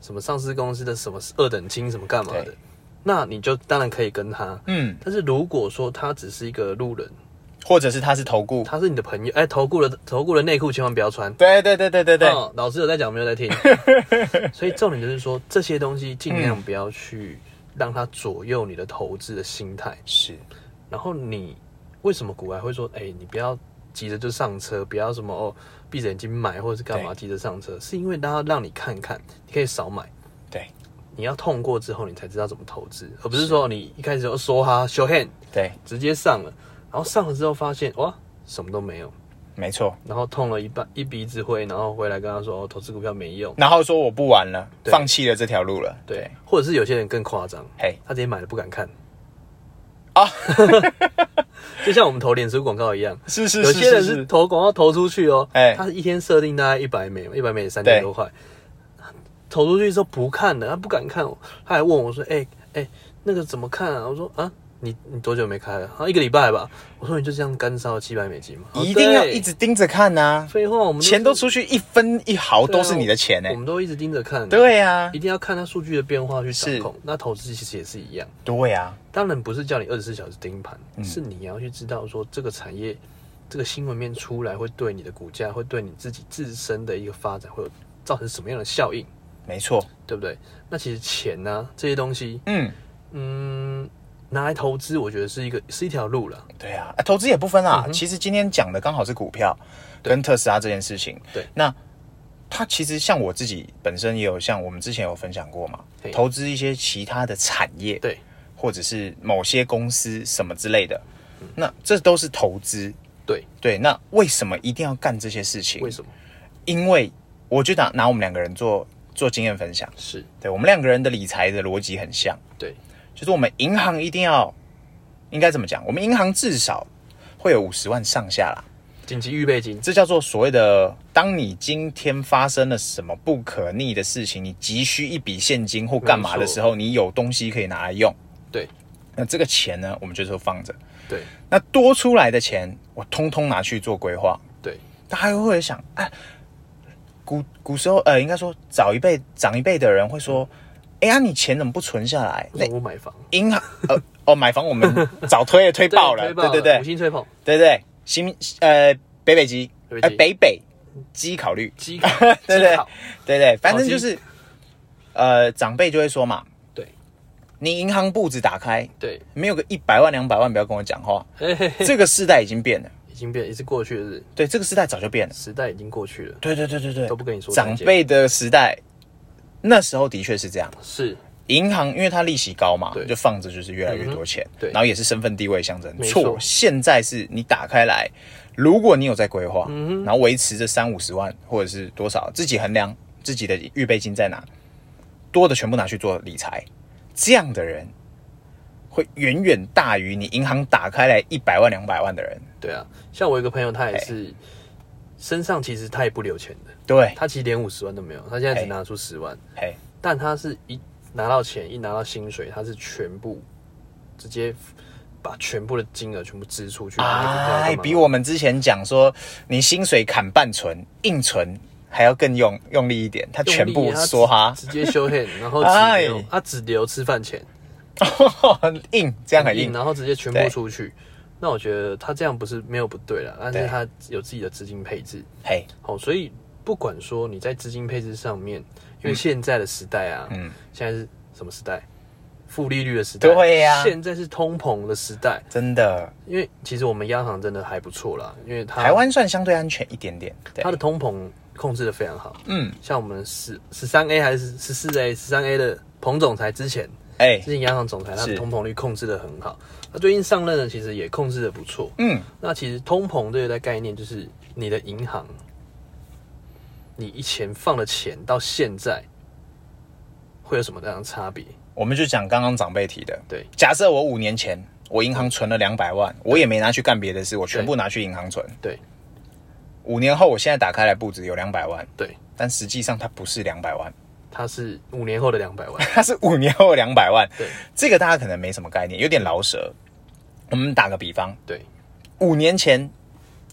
Speaker 1: 什么上市公司的什么二等亲什么干嘛的
Speaker 2: 对，
Speaker 1: 那你就当然可以跟他。
Speaker 2: 嗯，
Speaker 1: 但是如果说他只是一个路人，
Speaker 2: 或者是他是投顾，
Speaker 1: 他是你的朋友，哎，投顾了投顾了内裤千万不要穿。
Speaker 2: 对对对对对对，
Speaker 1: 哦老师有在讲，没有在
Speaker 2: [laughs]
Speaker 1: 听。所以重点就是说，这些东西尽
Speaker 2: 嗯
Speaker 1: 量不要去让它左右你的投资的心态。
Speaker 2: 是，
Speaker 1: 然后你为什么股外会说，哎、你不要急着就上车，不要什么哦，闭着眼睛买或者是干嘛，
Speaker 2: 对
Speaker 1: 急着上车，是因为它让你看看，你可以少买。
Speaker 2: 对
Speaker 1: 你要痛过之后，你才知道怎么投资，而不是说你一开始就说哈 show hand
Speaker 2: 对，
Speaker 1: 直接上了，然后上了之后发现哇什么都没有，
Speaker 2: 没错。
Speaker 1: 然后痛了一半一鼻子灰，然后回来跟他说哦投资股票没用，
Speaker 2: 然后说我不玩了，
Speaker 1: 对
Speaker 2: 放弃了这条路了，
Speaker 1: 对，，或者是有些人更夸张，
Speaker 2: 嘿，
Speaker 1: 他直接买了不敢看
Speaker 2: 啊，
Speaker 1: [laughs] 就像我们投脸书广告一样，
Speaker 2: 是是
Speaker 1: 有
Speaker 2: 是
Speaker 1: 些人
Speaker 2: 是
Speaker 1: 是
Speaker 2: 是，
Speaker 1: 投广告投出去哦，
Speaker 2: 哎
Speaker 1: 他一天设定大概一百美嘛，一百美三
Speaker 2: 对
Speaker 1: 千多块，投出去之后不看了，他不敢看，他还问我说，哎、哎、那个怎么看啊？我说啊。你你多久没开了？啊，一个礼拜吧。我说你就这样干烧七百美金嘛，
Speaker 2: 一定要
Speaker 1: 哦对
Speaker 2: 一直盯着看呐，
Speaker 1: 废话，我们
Speaker 2: 钱都
Speaker 1: 是
Speaker 2: 出去一分一毫
Speaker 1: 对啊
Speaker 2: 都是你的钱呢欸
Speaker 1: 我，们都一直盯着看，
Speaker 2: 对呀
Speaker 1: 一，定要看它数据的变化去掌
Speaker 2: 是
Speaker 1: 控。那投资其实也是一样，
Speaker 2: 啊对呀，
Speaker 1: 当然不是叫你二十四小时盯盘，
Speaker 2: 嗯
Speaker 1: 是你要去知道说这个产业、这个新闻面出来会对你的股价、会对你自己自身的一个发展会有造成什么样的效应，
Speaker 2: 没错，
Speaker 1: 对不对？那其实钱呢、这些东西，
Speaker 2: 嗯，
Speaker 1: 嗯，拿来投资，我觉得是一个是一条路了。
Speaker 2: 对啊，啊投资也不分
Speaker 1: 嗯
Speaker 2: 啦。其实今天讲的刚好是股票跟特斯拉这件事情。
Speaker 1: 对
Speaker 2: 那它其实像我自己本身也有像我们之前有分享过嘛
Speaker 1: 嘿，
Speaker 2: 投资一些其他的产业，
Speaker 1: 对，
Speaker 2: 或者是某些公司什么之类的，那这都是投资。
Speaker 1: 嗯对，
Speaker 2: 对，那为什么一定要干这些事情？
Speaker 1: 为什么？
Speaker 2: 因为我就拿拿我们两个人做做经验分享，
Speaker 1: 是
Speaker 2: 对我们两个人的理财的逻辑很像。
Speaker 1: 对，
Speaker 2: 就是我们银行一定要，应该怎么讲？我们银行至少会有五十万上下啦。
Speaker 1: 紧急预备金，
Speaker 2: 这叫做所谓的，当你今天发生了什么不可逆的事情，你急需一笔现金或干嘛的时候，你有东西可以拿来用。
Speaker 1: 对
Speaker 2: 那这个钱呢，我们就说放着。
Speaker 1: 对
Speaker 2: 那多出来的钱，我通通拿去做规划。
Speaker 1: 对，
Speaker 2: 大家会想，哎，古古时候，呃，应该说早一辈、长一辈的人会说，哎呀，你钱怎么不存下来？那
Speaker 1: 为什么不买房？
Speaker 2: 银行呃哦，买房
Speaker 1: [laughs]
Speaker 2: 我们早推也推爆了，
Speaker 1: 推
Speaker 2: 对对对
Speaker 1: 五星吹捧，
Speaker 2: 对对，新呃北北基
Speaker 1: 北北基
Speaker 2: 呃北北基考虑，
Speaker 1: 鸡烤，鸡
Speaker 2: [laughs] 对对
Speaker 1: 烤
Speaker 2: 对对，反正就是呃长辈就会说嘛，
Speaker 1: 对
Speaker 2: 你银行簿子打开，
Speaker 1: 对，
Speaker 2: 没有个一百万两百万，不要跟我讲话，
Speaker 1: 嘿嘿嘿
Speaker 2: [laughs] 这个时代已经变了，
Speaker 1: 已经变，也是过去的日
Speaker 2: 对，这个时代早就变了，
Speaker 1: 时代已经过去了，
Speaker 2: 对对对对对，
Speaker 1: 都不跟你说再
Speaker 2: 长
Speaker 1: 见
Speaker 2: 辈的时代。那时候的确是这样，
Speaker 1: 是
Speaker 2: 银行因为它利息高嘛
Speaker 1: 对，嗯
Speaker 2: 就放着就是越来越多钱，
Speaker 1: 对
Speaker 2: 然后也是身份地位象征。
Speaker 1: 没错
Speaker 2: 错，现在是你打开来，如果你有在规划，
Speaker 1: 嗯
Speaker 2: 然后维持这三五十万或者是多少，自己衡量自己的预备金在哪，多的全部拿去做理财，这样的人会远远大于你银行打开来一百万两百万的人。
Speaker 1: 对啊，像我有一个朋友，他也是身上其实他也不留钱的，
Speaker 2: 对，
Speaker 1: 他其实连五十万都没有，他现在只
Speaker 2: 嘿
Speaker 1: 拿出十万，
Speaker 2: 嘿，
Speaker 1: 但他是一拿到钱，一拿到薪水，他是全部直接把全部的金额全部支出去买股票干
Speaker 2: 哎，
Speaker 1: 嘛
Speaker 2: 比我们之前讲说你薪水砍半存、硬存还要更用用力一点，他
Speaker 1: 用力啊
Speaker 2: 全部
Speaker 1: 他
Speaker 2: 说哈，
Speaker 1: 直直接修
Speaker 2: [laughs]
Speaker 1: h 然后只
Speaker 2: 哎
Speaker 1: 留，他只留吃饭钱，
Speaker 2: 很哦硬，这样很硬。
Speaker 1: 然后直接全部
Speaker 2: 对
Speaker 1: 出去。那我觉得他这样不是没有不对啦，但是
Speaker 2: 对
Speaker 1: 他有自己的资金配置，
Speaker 2: 嘿，
Speaker 1: 好，哦所以不管说你在资金配置上面，因为现在的时代啊，
Speaker 2: 嗯
Speaker 1: 现在是什么时代？负利率的时代，
Speaker 2: 对呀
Speaker 1: 现在是通膨的时代，
Speaker 2: 真的，
Speaker 1: 因为其实我们央行真的还不错啦，因为它
Speaker 2: 台湾算相对安全一点点。对
Speaker 1: 它，的通膨控制的非常好，
Speaker 2: 嗯，
Speaker 1: 像我们十十三 A 还是十四 A、十三 A 的彭总裁之前，
Speaker 2: 哎
Speaker 1: 之，前央行总裁他的
Speaker 2: 是
Speaker 1: 通膨率控制的很好，那最近上任的其实也控制的不错。
Speaker 2: 嗯，
Speaker 1: 那其实通膨这个概念就是你的银行，你以前放的钱到现在会有什么样的差别？
Speaker 2: 我们就讲刚刚长辈提的，
Speaker 1: 对
Speaker 2: 假设我五年前我银行存了两百万，我也没拿去干别的事，我全部拿去银行存。
Speaker 1: 对
Speaker 2: 五年后我现在打开来不止有两百万，
Speaker 1: 对，
Speaker 2: 但实际上它不是两百万， [laughs]
Speaker 1: 它是五年后的两百万。 [laughs]
Speaker 2: 它是五年后两百万。
Speaker 1: 对
Speaker 2: 这个大家可能没什么概念，有点老舍。我们打个比方，
Speaker 1: 对，
Speaker 2: 五年前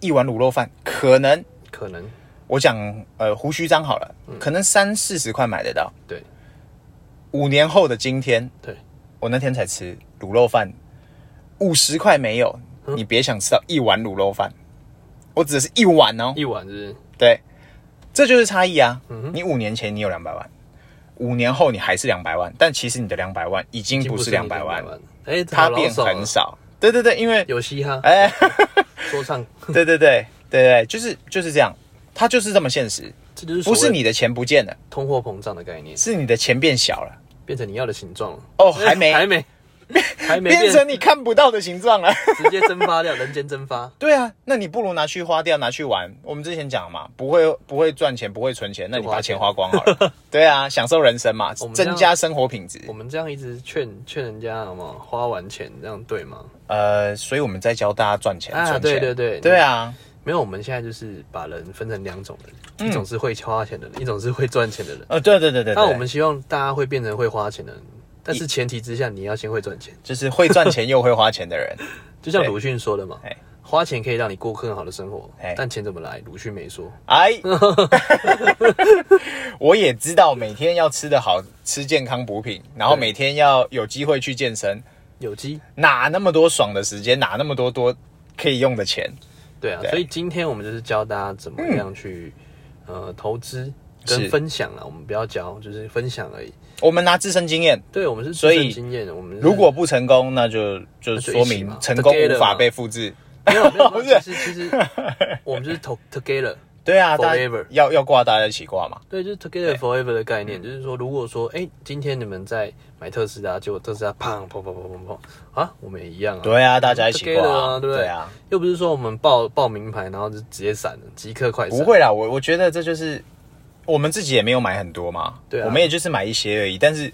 Speaker 2: 一碗卤肉饭，可能
Speaker 1: 可能
Speaker 2: 我讲呃胡须章好了，
Speaker 1: 嗯
Speaker 2: 可能三四十块买得到。
Speaker 1: 对
Speaker 2: 五年后的今天，
Speaker 1: 对
Speaker 2: 我那天才吃卤肉饭，五十块没有，
Speaker 1: 嗯
Speaker 2: 你别想吃到一碗卤肉饭。我指的是一碗哦，
Speaker 1: 一嗯晚是
Speaker 2: 对，这就是差异啊。你五年前你有两百万，五年后你还是两百万，但其实你的两百万已经
Speaker 1: 已经
Speaker 2: 不是
Speaker 1: 你
Speaker 2: 两百万，
Speaker 1: 200，哎，
Speaker 2: 它
Speaker 1: 好老
Speaker 2: 变
Speaker 1: 手啊
Speaker 2: 很少。对对对，因为
Speaker 1: 有嘻哈
Speaker 2: 哎， [laughs]
Speaker 1: 说唱，
Speaker 2: 对对对对对，就是就是这样，它就是这么现实，
Speaker 1: 这就是所
Speaker 2: 不
Speaker 1: 谓
Speaker 2: 是你的钱不见了，
Speaker 1: 通货膨胀的概念，
Speaker 2: 是你的钱变小了，
Speaker 1: 变成你要的形状了。
Speaker 2: 哦还没
Speaker 1: 还 [laughs] 没，还没
Speaker 2: 变成你看不到的形
Speaker 1: [laughs]
Speaker 2: 状了。
Speaker 1: 直接蒸发掉，人间蒸发。
Speaker 2: 对啊，那你不如拿去花掉，拿去玩。我们之前讲嘛，不会不会赚钱，不会存钱，那你
Speaker 1: 就花
Speaker 2: 把钱
Speaker 1: 钱
Speaker 2: 花光好
Speaker 1: [laughs]
Speaker 2: 了。对啊，享受人生嘛，
Speaker 1: 我们这样
Speaker 2: 增加生活品质
Speaker 1: 我。们这样一直劝劝人家好吗？花完钱这样对吗？
Speaker 2: 呃，所以我们在教大家赚钱，
Speaker 1: 啊
Speaker 2: 存钱。
Speaker 1: 对对对
Speaker 2: 对啊，
Speaker 1: 没有，我们现在就是把人分成两种人，一种是会花钱的人，一种是会赚钱的人。
Speaker 2: 呃，对对嗯对对
Speaker 1: 那
Speaker 2: 对，
Speaker 1: 我们希望大家会变成会花钱的人，但是前提之下你要先会赚钱。
Speaker 2: 就是会赚钱又会花钱
Speaker 1: [laughs]
Speaker 2: 的人。
Speaker 1: 就像
Speaker 2: 对
Speaker 1: 鲁迅说的嘛
Speaker 2: 哎，
Speaker 1: 花钱可以让你过更好的生活
Speaker 2: 哎，
Speaker 1: 但钱怎么来，鲁迅没说。 [laughs]
Speaker 2: 哎，我也知道每天要吃的好，吃健康补品，然后
Speaker 1: 对
Speaker 2: 每天要有机会去健身，
Speaker 1: 有机，
Speaker 2: 哪那么多爽的时间，哪那么多多可以用的钱？
Speaker 1: 对啊，
Speaker 2: 对
Speaker 1: 所以今天我们就是教大家怎么样去、呃投资跟
Speaker 2: 是
Speaker 1: 分享啊，我们不要教，就是分享而已。
Speaker 2: 我们拿自身经验，
Speaker 1: 对，我们是
Speaker 2: 所以
Speaker 1: 自身经验，我们是
Speaker 2: 如果不成功，那就
Speaker 1: 就
Speaker 2: 就
Speaker 1: 一起
Speaker 2: 说明
Speaker 1: 嘛
Speaker 2: 成功
Speaker 1: together
Speaker 2: 无法
Speaker 1: 嘛
Speaker 2: 被复制。
Speaker 1: 没有没
Speaker 2: [laughs]
Speaker 1: 有，没有
Speaker 2: 不
Speaker 1: 其实其实我们就是
Speaker 2: [laughs]
Speaker 1: to together，
Speaker 2: 对啊，大家
Speaker 1: Forever
Speaker 2: 要要挂，大家一起挂嘛。
Speaker 1: 对，就是 together forever 的概
Speaker 2: 嗯
Speaker 1: 念，就是说，如果说哎、今天你们在买特斯拉，结果特斯拉砰砰砰砰砰砰啊，我们也一样啊，
Speaker 2: 对啊，大家一起
Speaker 1: together
Speaker 2: 挂、
Speaker 1: 啊，对不
Speaker 2: 对啊，，
Speaker 1: 又不是说我们报报名牌，然后就直接闪了，即刻快闪，
Speaker 2: 不，会啦，我我觉得这就是我们自己也没有买很多嘛，
Speaker 1: 对啊
Speaker 2: 我们也就是买一些而已，但是。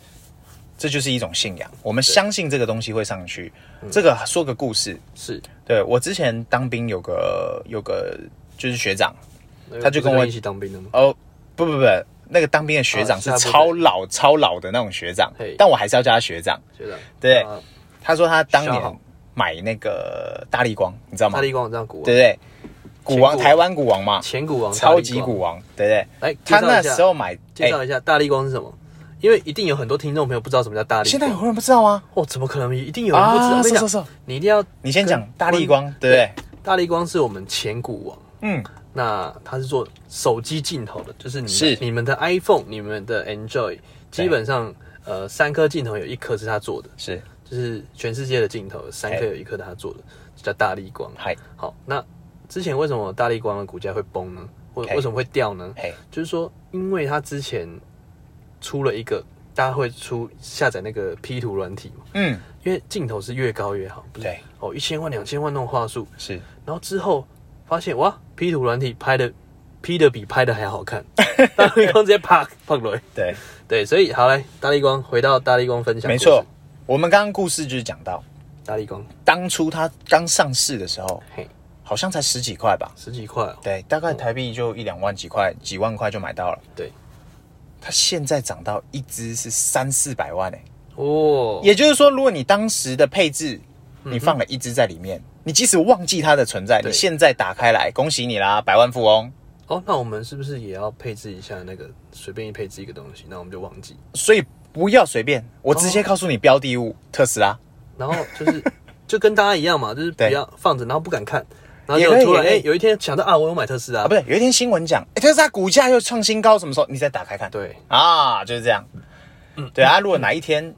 Speaker 2: 这就是一种信仰，我们相信这个东西会上去。
Speaker 1: 嗯
Speaker 2: 这个说个故事，
Speaker 1: 是，
Speaker 2: 对我之前当兵有个有个就是学长，
Speaker 1: 那
Speaker 2: 他就
Speaker 1: 不是
Speaker 2: 跟我
Speaker 1: 一起当兵的吗？
Speaker 2: 哦，不不不，那个当兵的学长
Speaker 1: 啊
Speaker 2: 是
Speaker 1: 下部队
Speaker 2: 超老超老的那种学长
Speaker 1: 嘿，
Speaker 2: 但我还是要叫他学长。
Speaker 1: 学长，
Speaker 2: 对
Speaker 1: 啊
Speaker 2: 他说他当
Speaker 1: 消耗
Speaker 2: 年买那个大力光，你知道吗？
Speaker 1: 大力光这样鼓啊，
Speaker 2: 对不对？股王，
Speaker 1: 前股王
Speaker 2: 台湾股王嘛，
Speaker 1: 前股王，
Speaker 2: 超级
Speaker 1: 大力光
Speaker 2: 股，王，对不对？
Speaker 1: 来，介
Speaker 2: 他
Speaker 1: 绍
Speaker 2: 那
Speaker 1: 一下
Speaker 2: 时候买，哎
Speaker 1: 介绍一下大力光是什么，因为一定有很多听众朋友不知道什么叫大力光，
Speaker 2: 现在有人不知道吗？
Speaker 1: 哦，怎么可能？一定有人不知道。我跟你
Speaker 2: 是是
Speaker 1: 讲，
Speaker 2: 是，
Speaker 1: 你一定要
Speaker 2: 你先讲
Speaker 1: 跟
Speaker 2: 大力光，对不对？
Speaker 1: 大力光是我们前股王，
Speaker 2: 嗯，
Speaker 1: 那它是做手机镜头的，就是你们
Speaker 2: 是
Speaker 1: 你们的 iPhone、你们的 Enjoy，基本上呃三颗镜头有一颗是它做的，
Speaker 2: 是，
Speaker 1: 就是全世界的镜头三颗
Speaker 2: 嘿
Speaker 1: 有一颗它做的，就叫大力光。
Speaker 2: 嗨，
Speaker 1: 好，那之前为什么大力光的股价会崩呢？或
Speaker 2: 嘿
Speaker 1: 为什么会掉呢？
Speaker 2: 嘿，
Speaker 1: 就是说，因为它之前出了一个大家会出下载那个 P 图软体嘛，
Speaker 2: 嗯，
Speaker 1: 因为镜头是越高越好，不是
Speaker 2: 对，
Speaker 1: 哦，一千万、两千万那种话术，
Speaker 2: 是，
Speaker 1: 然后之后发现哇，P 图软体拍的 P 的比拍的还好看， [laughs] 大力光直接啪砰雷，
Speaker 2: 对，
Speaker 1: 对，所以好来大力光回到大力光分享，
Speaker 2: 没错，。我们刚刚故事就是讲到，
Speaker 1: 大力光
Speaker 2: 当初它刚上市的时候，
Speaker 1: 嘿
Speaker 2: 好像才十几块吧，
Speaker 1: 十几块、哦，
Speaker 2: 对，大概台币就一两万几块，几万块就买到了。
Speaker 1: 对，
Speaker 2: 它现在涨到一只是三四百万哎、
Speaker 1: 哦，嗯
Speaker 2: 也就是说，如果你当时的配置你放了一只在里面，你即使忘记它的存在，
Speaker 1: 对
Speaker 2: 你现在打开来，恭喜你啦，百万富翁。
Speaker 1: 哦，那我们是不是也要配置一下那个随便一配置一个东西，那我们就忘记，
Speaker 2: 所以不要随便，我直
Speaker 1: 哦
Speaker 2: 接告诉你标的物、特斯拉。
Speaker 1: 然后就是 [laughs] 就跟大家一样嘛，就是不
Speaker 2: 对
Speaker 1: 要放着，然后不敢看，然后
Speaker 2: 也
Speaker 1: 就
Speaker 2: 可以
Speaker 1: 突然
Speaker 2: 也
Speaker 1: 哎、
Speaker 2: 可以
Speaker 1: 有一天想到啊，我有买特斯拉，
Speaker 2: 啊，不对，有一天新闻讲，诶特斯拉股价又创新高，什么时候？你再打开看。
Speaker 1: 对，
Speaker 2: 啊，就是这样。嗯，对啊，如果哪一天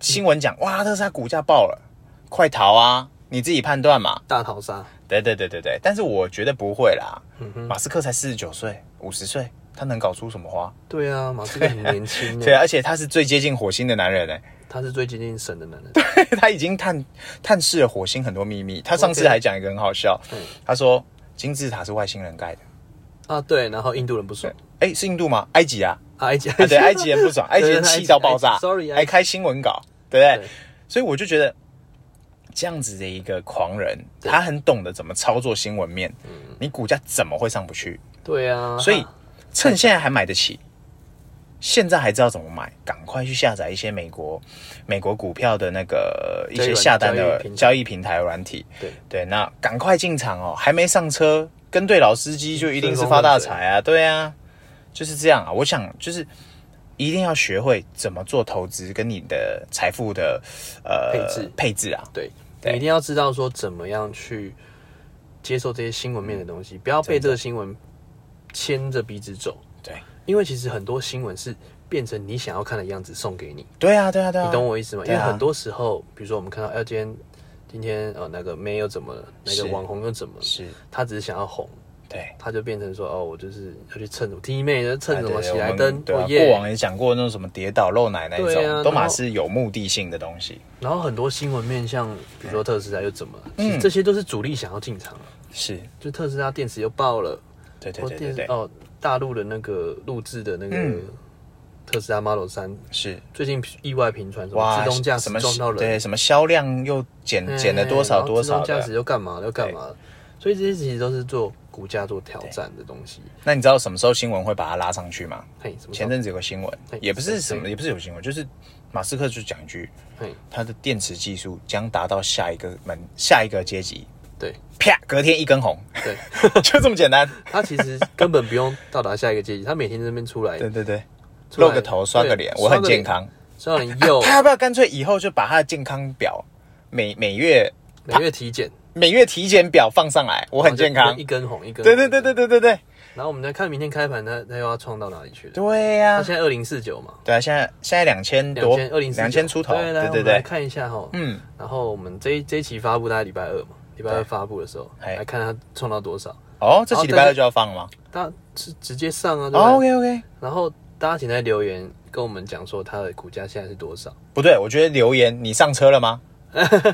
Speaker 2: 新闻讲，哇，特斯拉股价爆了，快逃啊！你自己判断嘛。
Speaker 1: 大逃杀，
Speaker 2: 对对对对对，但是我觉得不会啦。
Speaker 1: 嗯
Speaker 2: 马斯克才四十九岁，五十岁，他能搞出什么花？
Speaker 1: 对啊，马斯克很年轻
Speaker 2: [laughs] 对、
Speaker 1: 耶，
Speaker 2: 啊，而且他是最接近火星的男人呢、
Speaker 1: 他是最接近神的男人，
Speaker 2: [laughs] 他已经探探视了火星很多秘密。他上次
Speaker 1: OK
Speaker 2: 还讲一个很好笑
Speaker 1: 嗯
Speaker 2: 他说金字塔是外星人盖的。
Speaker 1: 啊对，然后印度人不爽，
Speaker 2: 哎、是印度吗？埃及啊，
Speaker 1: 啊埃及，
Speaker 2: 啊
Speaker 1: [laughs]
Speaker 2: 对，埃及人不爽，埃及人气到爆炸
Speaker 1: 埃及，sorry，埃及哎
Speaker 2: 还开新闻稿，对不对？
Speaker 1: 对
Speaker 2: 所以我就觉得这样子的一个狂人，
Speaker 1: 对嗯
Speaker 2: 他很懂得怎么操作新闻面，你股价怎么会上不去？
Speaker 1: 对啊，
Speaker 2: 所以趁现在还买得起，现在还知道怎么买，赶快去下载一些美国美国股票的那个一
Speaker 1: 交易
Speaker 2: 些
Speaker 1: 软
Speaker 2: 下单的
Speaker 1: 交易平台
Speaker 2: 交易平台软体。
Speaker 1: 对
Speaker 2: 对，那赶快进场哦，还没上车，跟对老司机
Speaker 1: 嗯
Speaker 2: 就一定是发大财啊！对啊，就是这样啊。我想就是一定要学会怎么做投资，跟你的财富的呃
Speaker 1: 配置
Speaker 2: 配置啊。
Speaker 1: 对，
Speaker 2: 对
Speaker 1: 你一定要知道说怎么样去接受这些新闻面的东西，不要被这个新闻牵着鼻子走，
Speaker 2: 对
Speaker 1: 因为其实很多新闻是变成你想要看的样子送给你，
Speaker 2: 对啊，对啊，对啊，
Speaker 1: 你懂我意思吗？因
Speaker 2: 对啊
Speaker 1: 为很多时候，比如说我们看到，哎、今天今天呃那个妹又怎么了，那
Speaker 2: 是
Speaker 1: 个网红又怎么了，
Speaker 2: 是，
Speaker 1: 他只是想要红。
Speaker 2: 对。
Speaker 1: 他就变成说哦，我就是要去蹭什么 T 妹，蹭
Speaker 2: 哎
Speaker 1: 什
Speaker 2: 对
Speaker 1: 么
Speaker 2: 对
Speaker 1: 喜
Speaker 2: 我
Speaker 1: 来
Speaker 2: 们
Speaker 1: 登，
Speaker 2: 对啊
Speaker 1: 哦
Speaker 2: 过
Speaker 1: 耶
Speaker 2: 往也讲过那种什么跌倒漏奶那一
Speaker 1: 对啊
Speaker 2: 种，都
Speaker 1: 然
Speaker 2: 嘛
Speaker 1: 后
Speaker 2: 是有目的性的东西。
Speaker 1: 然后很多新闻面向，比
Speaker 2: 嗯
Speaker 1: 如说特斯拉又怎么了，其实这些都是主力想要进场的，
Speaker 2: 是，
Speaker 1: 就特斯拉电池又爆了，
Speaker 2: 对对
Speaker 1: 或
Speaker 2: 对对
Speaker 1: 电
Speaker 2: 对，
Speaker 1: 哦，大陆的那个录制的那个
Speaker 2: 嗯
Speaker 1: 特斯拉 Model 三，
Speaker 2: 是。
Speaker 1: 最近意外频传什么自动驾驶
Speaker 2: 什么
Speaker 1: 撞到人，
Speaker 2: 对，什么销量又减
Speaker 1: 哎
Speaker 2: 减了多少
Speaker 1: 然后
Speaker 2: 多
Speaker 1: 自动
Speaker 2: 少
Speaker 1: 驾驶
Speaker 2: 的？
Speaker 1: 又干嘛又干嘛的，所以这些其实都是做股价做挑战的东西。
Speaker 2: 那你知道什么时候新闻会把它拉上去吗？
Speaker 1: 嘿，什么时
Speaker 2: 前
Speaker 1: 候？
Speaker 2: 阵子有个新闻
Speaker 1: 哎，
Speaker 2: 也不是什么，
Speaker 1: 谁
Speaker 2: 也不是有新闻，就是马斯克就讲一句，
Speaker 1: 嘿，
Speaker 2: 他的电池技术将达到下一个门下一个阶级，
Speaker 1: 对
Speaker 2: 啪，隔天一根红，
Speaker 1: 对，
Speaker 2: [laughs] 就这么简单。
Speaker 1: 他其实根本不用到达下一个阶级，他每天在那边出来
Speaker 2: 对对对，
Speaker 1: 出来
Speaker 2: 露个头，刷个脸，
Speaker 1: 对
Speaker 2: 我很
Speaker 1: 刷个
Speaker 2: 健
Speaker 1: 脸
Speaker 2: 康。
Speaker 1: 刷个脸又
Speaker 2: 他要不要干脆以后就把他的健康表每每月
Speaker 1: 每月体检，
Speaker 2: 每月体检表放上来？ [laughs] 我很健
Speaker 1: 然后
Speaker 2: 康
Speaker 1: 哦就一。根红一根红，
Speaker 2: 对对对对对对对，
Speaker 1: 然后我们再看明天开盘，他他又要创到哪里去了？
Speaker 2: 对呀、
Speaker 1: 他现在二零四九嘛，
Speaker 2: 对啊，现在现在两千
Speaker 1: 两
Speaker 2: 多，
Speaker 1: 千二零
Speaker 2: 两千出头，
Speaker 1: 对来
Speaker 2: 对
Speaker 1: 我
Speaker 2: 对
Speaker 1: 们来
Speaker 2: 对，
Speaker 1: 看一下哈，
Speaker 2: 嗯，
Speaker 1: 然后我们这一这一期发布大概礼拜二嘛，礼拜二发布的时候，
Speaker 2: 嘿
Speaker 1: 来看它创到多少，
Speaker 2: 哦，这
Speaker 1: 然后
Speaker 2: 几礼拜
Speaker 1: 大
Speaker 2: 二
Speaker 1: 家
Speaker 2: 就要放了吗？
Speaker 1: 大家是直接上啊，对
Speaker 2: 哦
Speaker 1: 不对？
Speaker 2: ，OK OK，
Speaker 1: 然后大家请在留言跟我们讲说它的股价现在是多少，
Speaker 2: 不对，我觉得留言你上车
Speaker 1: [laughs]
Speaker 2: 了吗？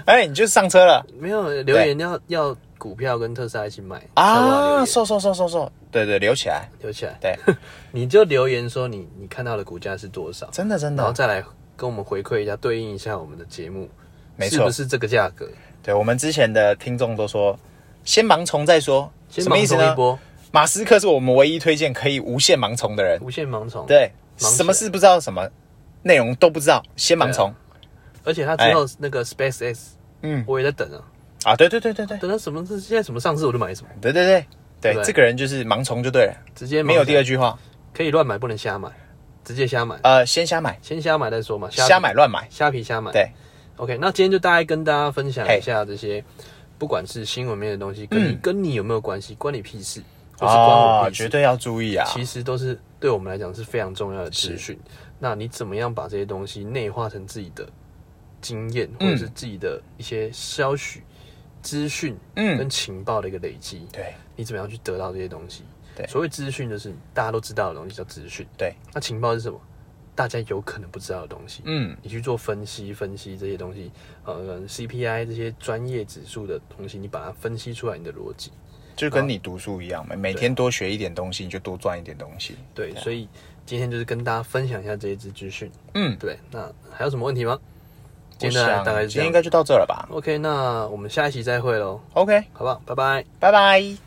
Speaker 2: 哎，你就上车了
Speaker 1: 没有留言要要股票跟特斯拉一起买才有办法留
Speaker 2: 啊，
Speaker 1: 言
Speaker 2: 瘦瘦瘦瘦瘦，对对，留起来，
Speaker 1: 留起来，
Speaker 2: 对，
Speaker 1: [laughs] 你就留言说你你看到的股价是多少，
Speaker 2: 真的真
Speaker 1: 然后
Speaker 2: 的，
Speaker 1: 再来跟我们回馈一下，对应一下我们的节目，
Speaker 2: 没
Speaker 1: 是
Speaker 2: 错
Speaker 1: 不，是这个价格？
Speaker 2: 对我们之前的听众都说，先盲从再说，
Speaker 1: 先
Speaker 2: 什么意
Speaker 1: 盲
Speaker 2: 思
Speaker 1: 从一
Speaker 2: 呢？
Speaker 1: 波，
Speaker 2: 马斯克是我们唯一推荐可以无限盲从的人，
Speaker 1: 无限盲从，
Speaker 2: 对，
Speaker 1: 盲起
Speaker 2: 什么
Speaker 1: 来
Speaker 2: 事不知道，什么内容都不知道，先盲从
Speaker 1: 而且他之后那个 SpaceX，
Speaker 2: 哎嗯
Speaker 1: 我也在等啊，
Speaker 2: 啊，对对对对对
Speaker 1: 等到什么是现在什么上市我就买什么，
Speaker 2: 对对对对，
Speaker 1: 对
Speaker 2: 这个人就是盲从就对了，
Speaker 1: 直接
Speaker 2: 没有第二
Speaker 1: 句，
Speaker 2: 句话，
Speaker 1: 可以乱买不能瞎买，直接瞎买，
Speaker 2: 呃，先瞎买，
Speaker 1: 先瞎买再说嘛，皮
Speaker 2: 瞎买乱买，
Speaker 1: 虾皮瞎买。
Speaker 2: 对，
Speaker 1: OK，那今天就大概跟大家分享一下这些，不管是新闻面的东西，跟你、
Speaker 2: 嗯
Speaker 1: 跟你有没有关系，关你屁事，或是关我
Speaker 2: 哦，
Speaker 1: 屁事，
Speaker 2: 绝对要注意啊，
Speaker 1: 其实都是对我们来讲是非常重要的资讯。那你怎么样把这些东西内化成自己的经验，或
Speaker 2: 嗯
Speaker 1: 者是自己的一些消息、资讯
Speaker 2: 嗯
Speaker 1: 跟情报的一个累积？
Speaker 2: 对
Speaker 1: 你怎么样去得到这些东西？
Speaker 2: 对
Speaker 1: 所谓资讯就是大家都知道的东西叫资讯，
Speaker 2: 对，
Speaker 1: 那情报是什么？大家有可能不知道的东西，
Speaker 2: 嗯，
Speaker 1: 你去做分析，分析这些东西，呃，CPI 这些专业指数的东西，你把它分析出来你的逻辑，
Speaker 2: 就跟你读书一样嘛，每天多学一点东西，你就多赚一点东西，
Speaker 1: 对，所以今天就是跟大家分享一下这一支资讯，
Speaker 2: 嗯，
Speaker 1: 对，那还有什么问题吗？今天
Speaker 2: 我
Speaker 1: 大
Speaker 2: 想
Speaker 1: 概大概是
Speaker 2: 今
Speaker 1: 这
Speaker 2: 天
Speaker 1: 样
Speaker 2: 应该就到这了吧
Speaker 1: OK，那我们下一期再会喽，
Speaker 2: ，OK，
Speaker 1: 好不好？拜拜。
Speaker 2: 拜拜。